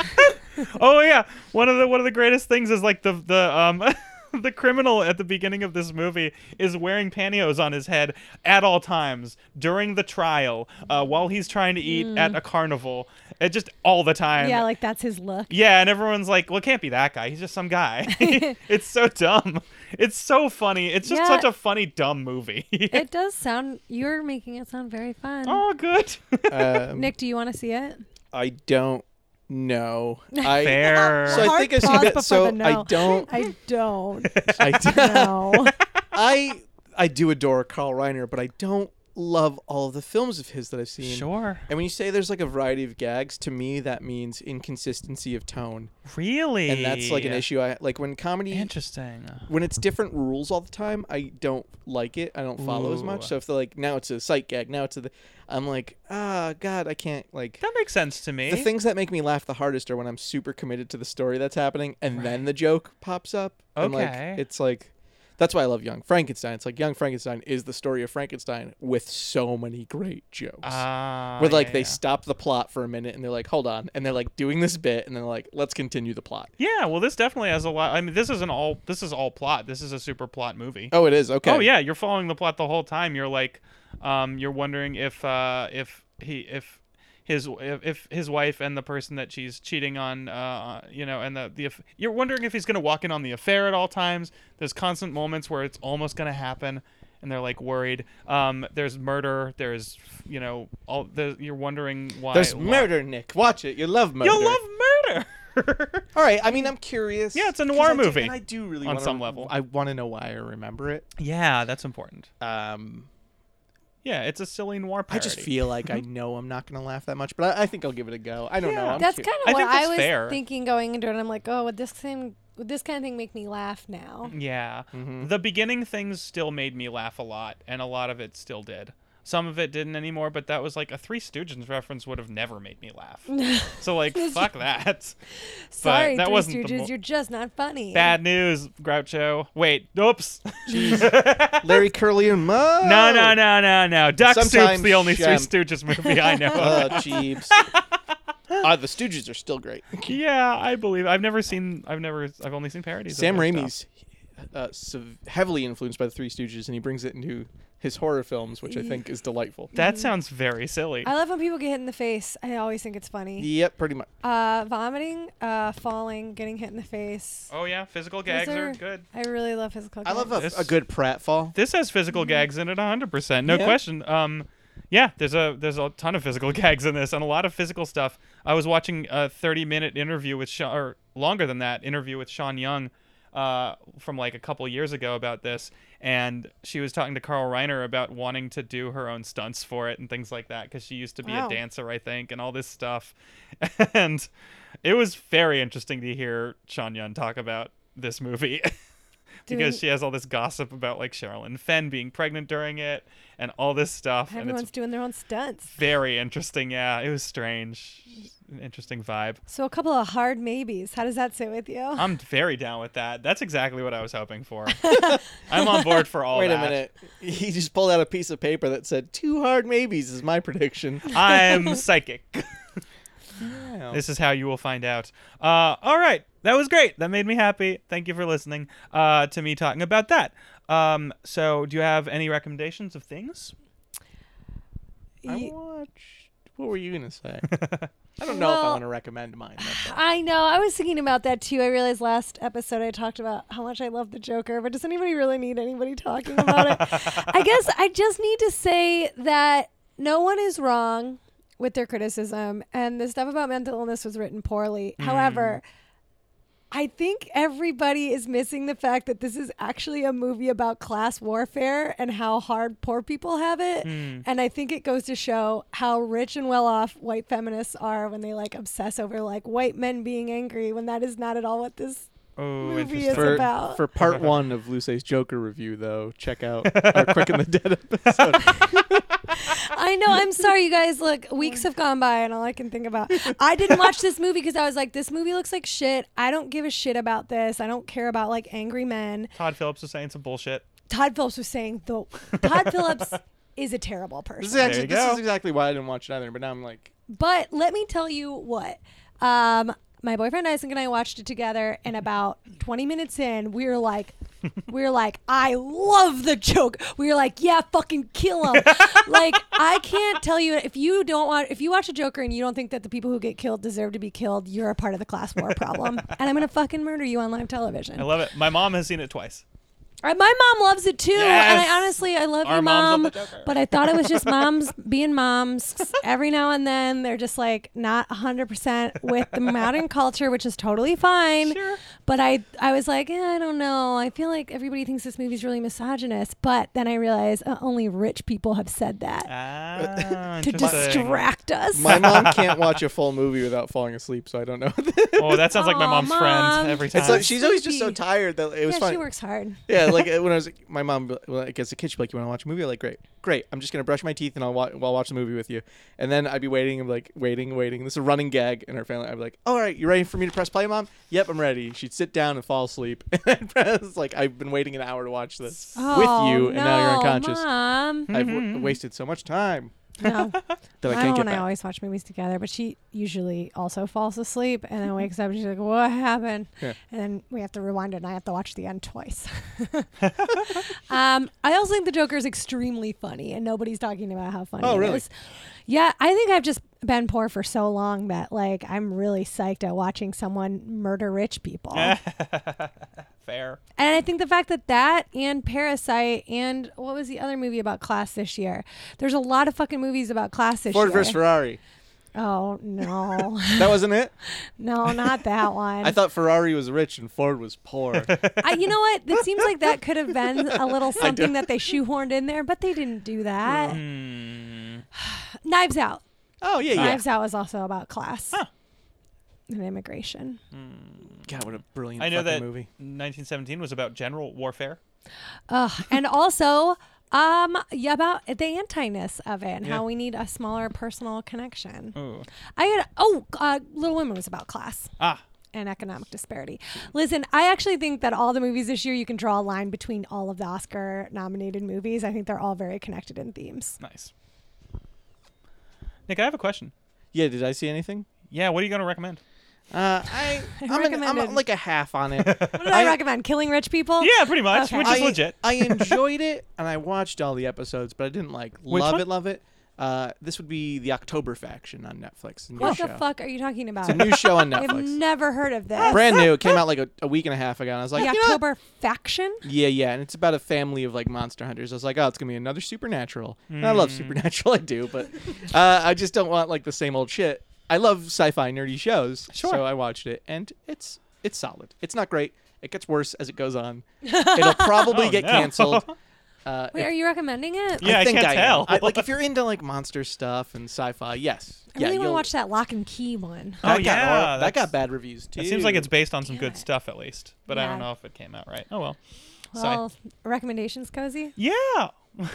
Speaker 1: oh yeah, one of the one of the greatest things is like the the um. The criminal at the beginning of this movie is wearing pantyhose on his head at all times during the trial, uh, while he's trying to eat at a carnival, it just all the time.
Speaker 2: Mm. yeah, like that's his look.
Speaker 1: Yeah, and everyone's like, "Well, it can't be that guy. He's just some guy." it's so dumb. It's so funny. It's just
Speaker 2: Yeah.
Speaker 1: such a funny dumb movie.
Speaker 2: It does sound. You're making it sound very fun.
Speaker 1: oh, good.
Speaker 3: Um,
Speaker 2: Nick, do you want to see it?
Speaker 3: I don't know. I,
Speaker 1: Fair.
Speaker 3: So I
Speaker 2: Hard
Speaker 3: think I've seen
Speaker 2: pause
Speaker 3: that.
Speaker 2: before
Speaker 3: So
Speaker 2: the
Speaker 3: I
Speaker 2: no.
Speaker 3: don't.
Speaker 2: I don't
Speaker 3: I, d-
Speaker 2: know.
Speaker 3: I I do adore Carl Reiner, but I don't love all of the films of his that I've seen.
Speaker 1: sure.
Speaker 3: And when you say there's like a variety of gags, to me that means inconsistency of tone,
Speaker 1: Really?
Speaker 3: and that's like an issue. I like when comedy
Speaker 1: Interesting.
Speaker 3: when it's different rules all the time. I don't like it. I don't follow as much.
Speaker 1: Ooh.
Speaker 3: So if they're like now it's a sight gag, now it's a, th- I'm like ah god I can't like.
Speaker 1: That makes sense to me.
Speaker 3: the things that make me laugh the hardest are when I'm super committed to the story that's happening and then the joke pops up. And
Speaker 1: Okay.
Speaker 3: like it's like that's why I love Young Frankenstein. It's like Young Frankenstein is the story of Frankenstein with so many great jokes.
Speaker 1: Ah,
Speaker 3: where like
Speaker 1: yeah,
Speaker 3: they
Speaker 1: yeah.
Speaker 3: stop the plot for a minute and they're like, hold on, and they're like doing this bit and they're like, let's continue the plot.
Speaker 1: Yeah, well, this definitely has a lot. I mean, this is an all. This is all plot. This is a super plot movie.
Speaker 3: Oh, it is okay.
Speaker 1: Oh yeah, you're following the plot the whole time. You're like, um, you're wondering if uh, if he if his if, if his wife and the person that she's cheating on, uh, you know, and the the aff- you're wondering if he's gonna walk in on the affair at all times. There's constant moments where it's almost gonna happen, and they're like worried. Um, there's murder. There's you know all the you're wondering why
Speaker 3: There's
Speaker 1: why-
Speaker 3: murder, Nick. Watch it. You love murder.
Speaker 1: You'll love murder.
Speaker 3: All right. I mean, I'm curious.
Speaker 1: Yeah, it's a
Speaker 3: 'cause
Speaker 1: noir
Speaker 3: I do-
Speaker 1: movie
Speaker 3: and I do really
Speaker 1: on
Speaker 3: wanna-
Speaker 1: some level.
Speaker 3: I want to know why I remember it.
Speaker 1: yeah, that's important.
Speaker 3: Um,
Speaker 1: Yeah, it's a silly noir
Speaker 3: I
Speaker 1: parody.
Speaker 3: just feel like I know I'm not gonna laugh that much, but I, I think I'll give it a go. I don't know.
Speaker 1: Yeah.
Speaker 3: I'm
Speaker 2: That's
Speaker 3: cu-
Speaker 2: kind of
Speaker 1: I
Speaker 2: what
Speaker 1: think
Speaker 2: I
Speaker 1: that's
Speaker 2: was
Speaker 1: fair.
Speaker 2: thinking going into it. I'm like, oh, would this thing, would this kind of thing make me laugh now?
Speaker 1: Yeah.
Speaker 3: Mm-hmm.
Speaker 1: The beginning things still made me laugh a lot, and a lot of it still did. Some of it didn't anymore, but that was like a Three Stooges reference would have never made me laugh. so like, fuck that.
Speaker 2: Sorry,
Speaker 1: that
Speaker 2: Three
Speaker 1: wasn't the
Speaker 2: Stooges,
Speaker 1: mo-
Speaker 2: you're just not funny.
Speaker 1: Bad news, Groucho. Wait, oops.
Speaker 3: Larry Curly and Mo.
Speaker 1: no, no, no, no, no. Duck Soup's
Speaker 3: Sometimes
Speaker 1: the only
Speaker 3: Shem-
Speaker 1: Three Stooges movie I know. of.
Speaker 3: Oh, jeebs. uh, the Stooges are still great.
Speaker 1: yeah, I believe. I've never seen. I've never. I've only seen parodies. of
Speaker 3: Sam
Speaker 1: their
Speaker 3: Raimi's uh, sev- heavily influenced by the Three Stooges, and he brings it into his horror films, which I think is delightful.
Speaker 1: stuff. That sounds very silly.
Speaker 2: Mm-hmm. I love when people get hit in the face. I always think it's funny.
Speaker 3: Yep, pretty much.
Speaker 2: Uh, vomiting, uh, falling, getting hit in the face.
Speaker 1: oh yeah, physical
Speaker 2: Those
Speaker 1: gags are good.
Speaker 2: I really love physical.
Speaker 3: I love
Speaker 2: gags.
Speaker 3: a,
Speaker 1: This-
Speaker 3: a good pratfall.
Speaker 1: this has physical gags in it 100% no
Speaker 3: Yeah.
Speaker 1: question um yeah there's a there's a ton of physical gags in this and a lot of physical stuff i was watching a 30 minute interview with sean or longer than that interview with sean young uh, from like a couple years ago about this and she was talking to carl reiner about wanting to do her own stunts for it and things like that because she used to be
Speaker 2: Wow.
Speaker 1: a dancer i think and all this stuff and it was very interesting to hear sean young talk about this movie because
Speaker 2: Doing-
Speaker 1: she has all this gossip about like Sherilyn Fenn being pregnant during it and all this stuff, and
Speaker 2: Everyone's
Speaker 1: it's
Speaker 2: doing their own stunts.
Speaker 1: very interesting. Yeah, it was strange, an interesting vibe.
Speaker 2: So a couple of hard maybes. How does that sit with you?
Speaker 1: I'm very down with that. That's exactly what I was hoping for. I'm on board for all
Speaker 3: Wait
Speaker 1: that.
Speaker 3: a minute. Oh, He just pulled out a piece of paper that said two hard maybes is my prediction.
Speaker 1: I'm psychic.
Speaker 3: Oh.
Speaker 1: This is how you will find out. Uh, all right. That was great. That made me happy. Thank you for listening uh, to me talking about that. Um, so, do you have any recommendations of things?
Speaker 3: I
Speaker 2: Ye-
Speaker 3: watched. What were you gonna say? I don't know if I
Speaker 2: Well-
Speaker 3: want to recommend mine. that's all.
Speaker 2: I know. I was thinking about that too. I realized last episode I talked about how much I love the Joker, but does anybody really need anybody talking about it? I guess I just need to say that no one is wrong with their criticism, and the stuff about mental illness was written poorly. However, I think everybody is missing the fact that this is actually a movie about class warfare and how hard poor people have it.
Speaker 3: Hmm.
Speaker 2: And I think it goes to show how rich and well off white feminists are when they like obsess over like white men being angry when that is not at all what this
Speaker 1: Oh,
Speaker 2: Movie
Speaker 1: interesting.
Speaker 2: is
Speaker 3: for,
Speaker 2: about-
Speaker 3: for part one of Luce's Joker review, though, check out our Quick and the Dead episode.
Speaker 2: I know. I'm sorry, you guys. Look, weeks have gone by, and all I can think about. I didn't watch this movie because I was like, this movie looks like shit. I don't give a shit about this. I don't care about like angry men.
Speaker 1: Todd Phillips is saying some bullshit.
Speaker 2: Todd Phillips was saying, though, Todd Phillips is a terrible person.
Speaker 3: This is actually
Speaker 1: you
Speaker 3: this
Speaker 1: go.
Speaker 3: is exactly why I didn't watch it either. But now I'm like,
Speaker 2: But let me tell you what. Um, my boyfriend Isaac and I watched it together, and about 20 minutes in, we were like, we were like, I love the joke. We were like, yeah, fucking kill him. like, I can't tell you if you don't want, if you watch a Joker and you don't think that the people who get killed deserve to be killed, you're a part of the class war problem. and I'm gonna fucking murder you on live television.
Speaker 1: I love it. My mom has seen it twice.
Speaker 2: Uh, My mom loves it too, and
Speaker 1: Yes.
Speaker 2: I honestly I love
Speaker 1: Our
Speaker 2: you,
Speaker 1: moms love
Speaker 2: mom.
Speaker 1: the Joker.
Speaker 2: but I thought it was just moms being moms. Every now and then they're just like not hundred percent with the modern culture, which is totally fine.
Speaker 1: Sure.
Speaker 2: But I I was like, eh, I don't know. I feel like everybody thinks this movie's really misogynist. But then I realized uh, only rich people have said that
Speaker 1: Ah,
Speaker 2: to
Speaker 1: interesting.
Speaker 2: distract us.
Speaker 3: my mom can't watch a full movie without falling asleep, so I don't know.
Speaker 1: Oh, that sounds like my
Speaker 2: Aw,
Speaker 1: mom's
Speaker 2: Mom.
Speaker 1: friend every time.
Speaker 3: it's like she's always just so
Speaker 2: Sleepy.
Speaker 3: tired that it was
Speaker 2: yeah,
Speaker 3: fun.
Speaker 2: she works hard.
Speaker 3: Yeah, like uh, when I was my mom, like as a kid, she'd be like, "You want to watch a movie?" I'm like, "Great, great." I'm just gonna brush my teeth and I'll, wa- I'll watch the movie with you. And then I'd be waiting, I'm like waiting, waiting. This is a running gag in our family. I'd be like, "All right, you ready for me to press play, mom?" "Yep, I'm ready." She'd sit down and fall asleep. And I'd press, like I've been waiting an hour to watch this
Speaker 2: Oh,
Speaker 3: with you, and now you're
Speaker 2: no,
Speaker 3: unconscious.
Speaker 2: Mom.
Speaker 3: I've w- wasted so much time
Speaker 2: No.
Speaker 3: that I
Speaker 2: My mom
Speaker 3: can't
Speaker 2: and
Speaker 3: get
Speaker 2: Mm-hmm. I
Speaker 3: back.
Speaker 2: always watch movies together, but she usually also falls asleep and then wakes up and she's like, "What happened?"
Speaker 3: Yeah.
Speaker 2: And then we have to rewind it, and I have to watch the end twice. um, I also think the Joker is extremely funny, and nobody's talking about how funny.
Speaker 3: Oh,
Speaker 2: it
Speaker 3: really?
Speaker 2: is. Yeah, I think I've just been poor for so long that like I'm really psyched at watching someone murder rich people.
Speaker 3: Eh.
Speaker 1: Fair.
Speaker 2: And I think the fact that that and Parasite and what was the other movie about class this year? There's a lot of fucking movies about class this
Speaker 3: Ford
Speaker 2: year.
Speaker 3: versus Ferrari.
Speaker 2: Oh no,
Speaker 3: That wasn't it.
Speaker 2: no, not that one.
Speaker 3: I thought Ferrari was rich and Ford was poor.
Speaker 2: I, you know what? It seems like that could have been a little something
Speaker 3: don't-
Speaker 2: that they shoehorned in there, but they didn't do that.
Speaker 3: Hmm.
Speaker 2: Knives Out.
Speaker 3: oh Mm-hmm. yeah, yeah.
Speaker 2: Knives Out was also about class and immigration.
Speaker 3: God, what a brilliant
Speaker 1: I know
Speaker 3: fucking
Speaker 1: that
Speaker 3: movie.
Speaker 1: 1917 was about general warfare.
Speaker 2: Ugh. and also, um, yeah, about the antiness of it and
Speaker 1: Yeah.
Speaker 2: how we need a smaller personal connection.
Speaker 1: Ooh.
Speaker 2: I had oh, uh, Little Women was about class.
Speaker 1: Ah,
Speaker 2: and economic disparity.
Speaker 3: Hmm.
Speaker 2: Listen, I actually think that all the movies this year, you can draw a line between all of the Oscar nominated movies. I think they're all very connected in themes.
Speaker 1: nice. Nick, I have a question.
Speaker 3: Yeah, did I see anything?
Speaker 1: Yeah, what are you going to recommend?
Speaker 3: Uh, I, I'm, an, I'm a-
Speaker 2: recommended.
Speaker 3: like a half on it.
Speaker 2: What did I,
Speaker 3: I-
Speaker 2: recommend? Killing Rich People?
Speaker 1: Yeah, pretty much,
Speaker 2: Oh. Okay.
Speaker 1: which
Speaker 3: I,
Speaker 1: is legit.
Speaker 3: I enjoyed it, and I watched all the episodes, but I didn't like
Speaker 1: Which
Speaker 3: love
Speaker 1: one?
Speaker 3: it, love it. Uh, this would be the October Faction on Netflix. a New
Speaker 2: What
Speaker 3: show.
Speaker 2: the fuck are you talking about?
Speaker 3: It's a new show on
Speaker 2: I've
Speaker 3: Netflix.
Speaker 2: never heard of this.
Speaker 3: Brand new. It came out like a, a week and a half ago, and I was like,
Speaker 2: the
Speaker 3: you know what?
Speaker 2: October faction?
Speaker 3: Yeah, yeah, and it's about a family of like monster hunters. I was like, oh, it's gonna be another supernatural. And I love
Speaker 1: Hmm.
Speaker 3: supernatural, I do, but uh, I just don't want like the same old shit. I love sci-fi nerdy shows,
Speaker 1: Sure.
Speaker 3: so I watched it, and it's it's solid. It's not great. It gets worse as it goes on. It'll probably
Speaker 1: Oh,
Speaker 3: get
Speaker 1: no.
Speaker 3: canceled. Uh,
Speaker 2: Wait,
Speaker 3: if-
Speaker 2: are you recommending it?
Speaker 1: Yeah, I
Speaker 3: think
Speaker 1: can't
Speaker 3: I am.
Speaker 1: tell.
Speaker 3: I- like if you're into like monster stuff and sci-fi, yes,
Speaker 2: I
Speaker 3: yeah,
Speaker 2: really want to
Speaker 3: you'll-
Speaker 2: watch that lock and key one.
Speaker 1: Oh,
Speaker 3: that got
Speaker 1: yeah,
Speaker 3: hor- that
Speaker 1: that's-
Speaker 3: got bad reviews too.
Speaker 1: It seems like it's based on some
Speaker 2: Damn
Speaker 1: good
Speaker 2: it.
Speaker 1: stuff at least, but I
Speaker 2: Yeah.
Speaker 1: don't know if it came out right. Oh well. Sorry.
Speaker 2: Well, recommendations, Cozy?
Speaker 1: Yeah.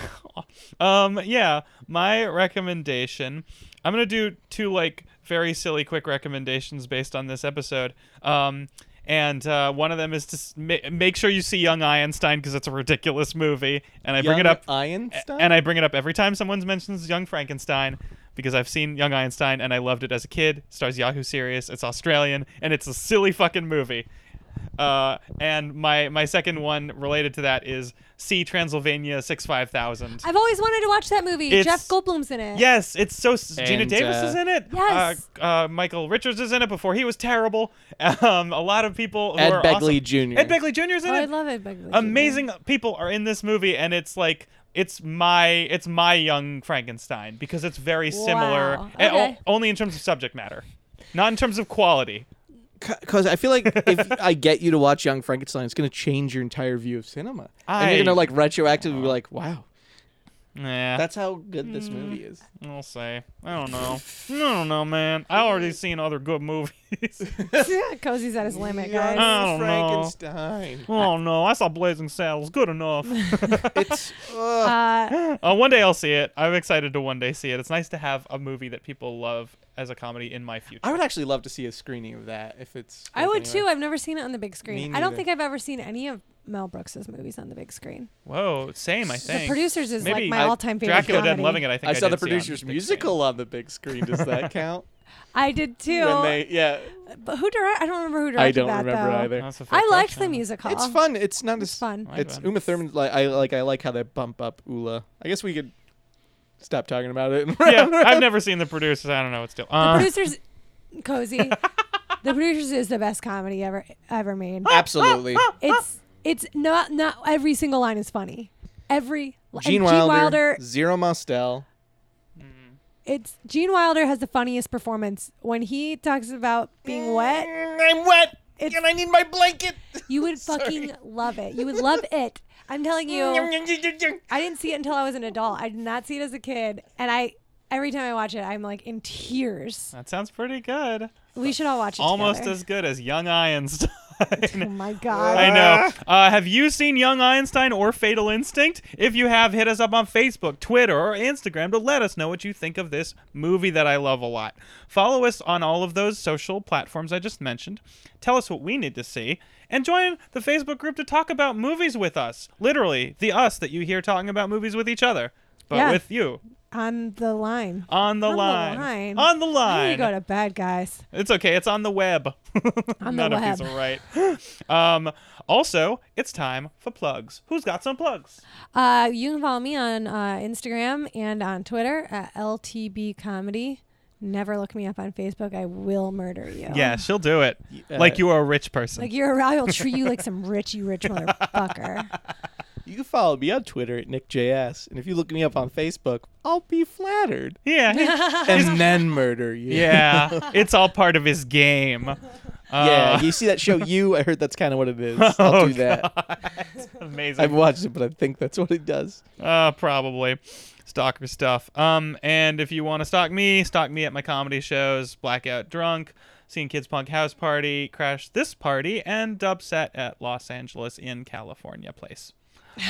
Speaker 1: um yeah, my recommendation. I'm going to do two like very silly quick recommendations based on this episode. Um and uh, one of them is to s- ma- make sure you see Young Einstein because it's a ridiculous movie, and I bring it
Speaker 3: Young
Speaker 1: up
Speaker 3: Iron
Speaker 1: a-
Speaker 3: stuff.
Speaker 1: And I bring it up every time someone mentions Young Frankenstein because I've seen Young Einstein and I loved it as a kid. Stars Yahoo Serious. It's Australian and it's a silly fucking movie. Uh, and my my second one related to that is see Transylvania six five thousand.
Speaker 2: I've always wanted to watch that movie.
Speaker 1: It's-
Speaker 2: Jeff Goldblum's in it.
Speaker 1: Yes, it's so. s Gina
Speaker 3: And,
Speaker 1: Davis
Speaker 3: uh,
Speaker 1: is in it.
Speaker 2: Yes.
Speaker 1: Uh, uh, Michael Richards is in it before he was terrible. Um, a lot of people. Who
Speaker 3: Ed
Speaker 1: are
Speaker 3: Begley
Speaker 1: awesome.
Speaker 3: Jr.
Speaker 1: Ed Begley Jr. is in
Speaker 2: Oh,
Speaker 1: it
Speaker 2: I love it. Big Blue Junior.
Speaker 1: amazing people are in this movie and it's like it's my it's my young frankenstein because it's very similar
Speaker 2: Wow.
Speaker 1: and o-
Speaker 2: Okay.
Speaker 1: only in terms of subject matter not in terms of quality
Speaker 3: because I feel like if I get you to watch Young Frankenstein, it's going to change your entire view of cinema, and
Speaker 1: I-
Speaker 3: you're going to like retroactively be like, "Wow,
Speaker 1: Yeah,
Speaker 3: that's how good
Speaker 2: Mm.
Speaker 3: this movie is."
Speaker 1: I'll say. I don't know. I don't know, man. I already seen other good movies.
Speaker 2: Cozy's at his limit, guys.
Speaker 1: I don't know.
Speaker 3: Frankenstein.
Speaker 1: oh no, I saw Blazing Saddles. Good enough.
Speaker 3: It's ugh.
Speaker 2: Uh,
Speaker 1: uh, one day I'll see it. I'm excited to one day see it. It's nice to have a movie that people love as a comedy in my future.
Speaker 3: I would actually love to see a screening of that if it's.
Speaker 2: I would
Speaker 3: anywhere.
Speaker 2: too. I've never seen it on the big screen. I don't
Speaker 3: neither.
Speaker 2: think I've ever seen any of Mel Brooks's movies on the big screen.
Speaker 1: Whoa, same. I
Speaker 2: The
Speaker 1: think
Speaker 2: producers is
Speaker 1: Maybe
Speaker 2: like my
Speaker 1: I-
Speaker 2: all-time favorite.
Speaker 1: Dracula Dead
Speaker 2: comedy.
Speaker 1: and Loving It. I think
Speaker 3: I,
Speaker 1: I,
Speaker 3: saw the
Speaker 1: did see on
Speaker 3: producers
Speaker 1: big
Speaker 3: musical on the big screen. Does that count?
Speaker 2: I did too.
Speaker 3: when they, yeah,
Speaker 2: but who directed? I don't remember who directed
Speaker 3: I don't
Speaker 2: that
Speaker 3: remember
Speaker 2: though.
Speaker 1: screen.
Speaker 3: either.
Speaker 1: That's a fair
Speaker 2: I liked the
Speaker 1: question.
Speaker 2: musical.
Speaker 3: It's fun. It's not
Speaker 2: It's
Speaker 3: as
Speaker 2: fun.
Speaker 1: Might
Speaker 3: It's
Speaker 1: have been.
Speaker 3: Uma Thurman. Like I like. I like how they bump up Ula. I guess we could stop talking about it.
Speaker 1: yeah, I've never seen the producers. I don't know. It's still.
Speaker 2: The
Speaker 1: Uh,
Speaker 2: producers, cozy. the producers is the best comedy ever ever made.
Speaker 3: Absolutely.
Speaker 2: It's it's not not every single line is funny. Every li-
Speaker 3: Gene
Speaker 2: and
Speaker 3: Wilder, Zero Mostel.
Speaker 2: It's Gene Wilder has the funniest performance when he talks about
Speaker 3: Eh.
Speaker 2: being wet.
Speaker 3: I'm wet,
Speaker 2: It's-
Speaker 3: and I need my blanket.
Speaker 2: You would fucking love it. You would love it. I'm telling you, I didn't see it until I was an adult. I did not see it as a kid, and I every time I watch it, I'm like in tears.
Speaker 1: that sounds pretty good.
Speaker 2: We should all watch it.
Speaker 1: Almost
Speaker 2: together.
Speaker 1: as good as Young Einstein.
Speaker 2: Oh my god.
Speaker 1: I know. Uh, have you seen Young Einstein or Fatal Instinct? If you have, hit us up on Facebook, Twitter, or Instagram to let us know what you think of this movie that I love a lot. Follow us on all of those social platforms I just mentioned. Tell us what we need to see. And join the Facebook group to talk about movies with us. Literally, the us that you hear talking about movies with each other, but
Speaker 2: Yeah.
Speaker 1: with you.
Speaker 2: On the line.
Speaker 1: On the,
Speaker 2: On the
Speaker 1: line.
Speaker 2: line.
Speaker 1: On the
Speaker 2: I need
Speaker 1: line.
Speaker 2: to go to bed, guys.
Speaker 1: It's okay. It's on the web.
Speaker 2: On the
Speaker 1: Not a piece
Speaker 2: web.
Speaker 1: of right. Um, also, it's time for plugs. Who's got some plugs?
Speaker 2: Uh, you can follow me on uh, Instagram and on Twitter at LTB Comedy. Never look me up on Facebook. I will murder you.
Speaker 1: Yeah, she'll do it.
Speaker 3: uh,
Speaker 1: like you are a rich person.
Speaker 2: Um, Like you're, I will treat you like some rich, you rich motherfucker.
Speaker 3: You can follow me on Twitter at nickjs, and if you look me up on Facebook, I'll be flattered
Speaker 1: yeah.
Speaker 3: and then murder you.
Speaker 1: yeah. It's all part of his game.
Speaker 3: yeah.
Speaker 1: Uh,
Speaker 3: You see that show? You? I heard that's kind of what it is. I'll
Speaker 1: Oh,
Speaker 3: do that. I've
Speaker 1: Amazing.
Speaker 3: watched it, but I think that's what it does.
Speaker 1: Uh, probably. Stalker stuff. Um, and if you want to stalk me, stalk me at my comedy shows, Blackout Drunk, Seeing Kids Punk House Party, Crash This Party, and Dubset at Los Angeles in California Place.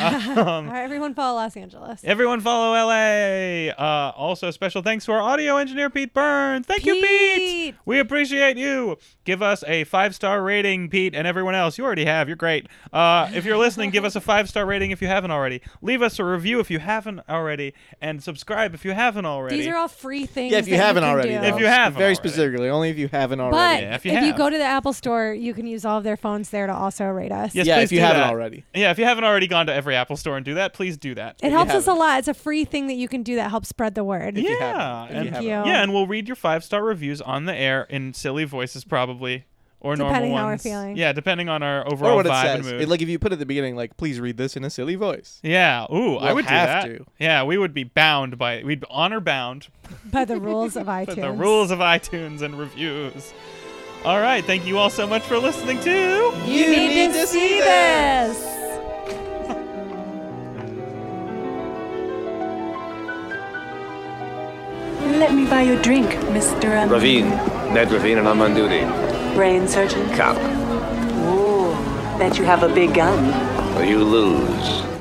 Speaker 1: Um,
Speaker 2: All right, everyone follow Los Angeles.
Speaker 1: Everyone follow LA. Uh, also, special thanks to our audio engineer, Pete Byrne. Thank you, Pete.
Speaker 2: Pete.
Speaker 1: We appreciate you. Give us a five star rating, Pete, and everyone else. You already have. You're great. Uh, if you're listening, give us a five star rating if you haven't already. Leave us a review if you haven't already, and subscribe if you haven't already.
Speaker 2: These are all free things.
Speaker 3: Yeah, if you
Speaker 2: that
Speaker 3: haven't
Speaker 2: can
Speaker 3: already.
Speaker 2: do.
Speaker 3: though.
Speaker 1: If you haven't
Speaker 3: very
Speaker 1: already.
Speaker 3: specifically, only if you haven't
Speaker 2: But
Speaker 3: already.
Speaker 1: Yeah, if you
Speaker 2: if, you,
Speaker 1: have.
Speaker 2: go to the Apple Store, you can use all of their phones there to also rate us.
Speaker 1: Yes,
Speaker 3: Yeah,
Speaker 1: please
Speaker 3: if you
Speaker 1: do
Speaker 3: haven't
Speaker 1: that.
Speaker 3: already.
Speaker 1: Yeah, if you haven't already gone to every Apple store and do that, please do that.
Speaker 2: It helps us a
Speaker 3: haven't.
Speaker 2: lot. It's a free thing that you can do that helps spread the word.
Speaker 3: If you
Speaker 1: Yeah,
Speaker 3: haven't, if you
Speaker 1: and-
Speaker 3: haven't.
Speaker 2: Yeah.
Speaker 1: Yeah, and we'll read your five star reviews on the air in silly voices, probably, or
Speaker 2: Depending
Speaker 1: normal
Speaker 2: how we're
Speaker 1: ones.
Speaker 2: feeling.
Speaker 1: Yeah, depending on our overall
Speaker 3: or what it
Speaker 1: vibe and
Speaker 3: says.
Speaker 1: mood.
Speaker 3: It- like if you put it at the beginning, like please read this in a silly voice.
Speaker 1: yeah. Ooh, I
Speaker 3: We'll
Speaker 1: would
Speaker 3: have
Speaker 1: do that.
Speaker 3: to.
Speaker 1: Yeah, we would be bound by we'd be honor bound
Speaker 2: By the rules of
Speaker 1: by
Speaker 2: iTunes.
Speaker 1: the rules of iTunes and reviews. All right, thank you all so much for listening to.
Speaker 2: You need, to, see this.
Speaker 4: Let me buy you a drink, Mr. Um,
Speaker 5: Ravine. Ned Ravine, and I'm on duty.
Speaker 4: Brain surgeon.
Speaker 5: Cop.
Speaker 4: Ooh, bet you have a big gun.
Speaker 5: Or you lose.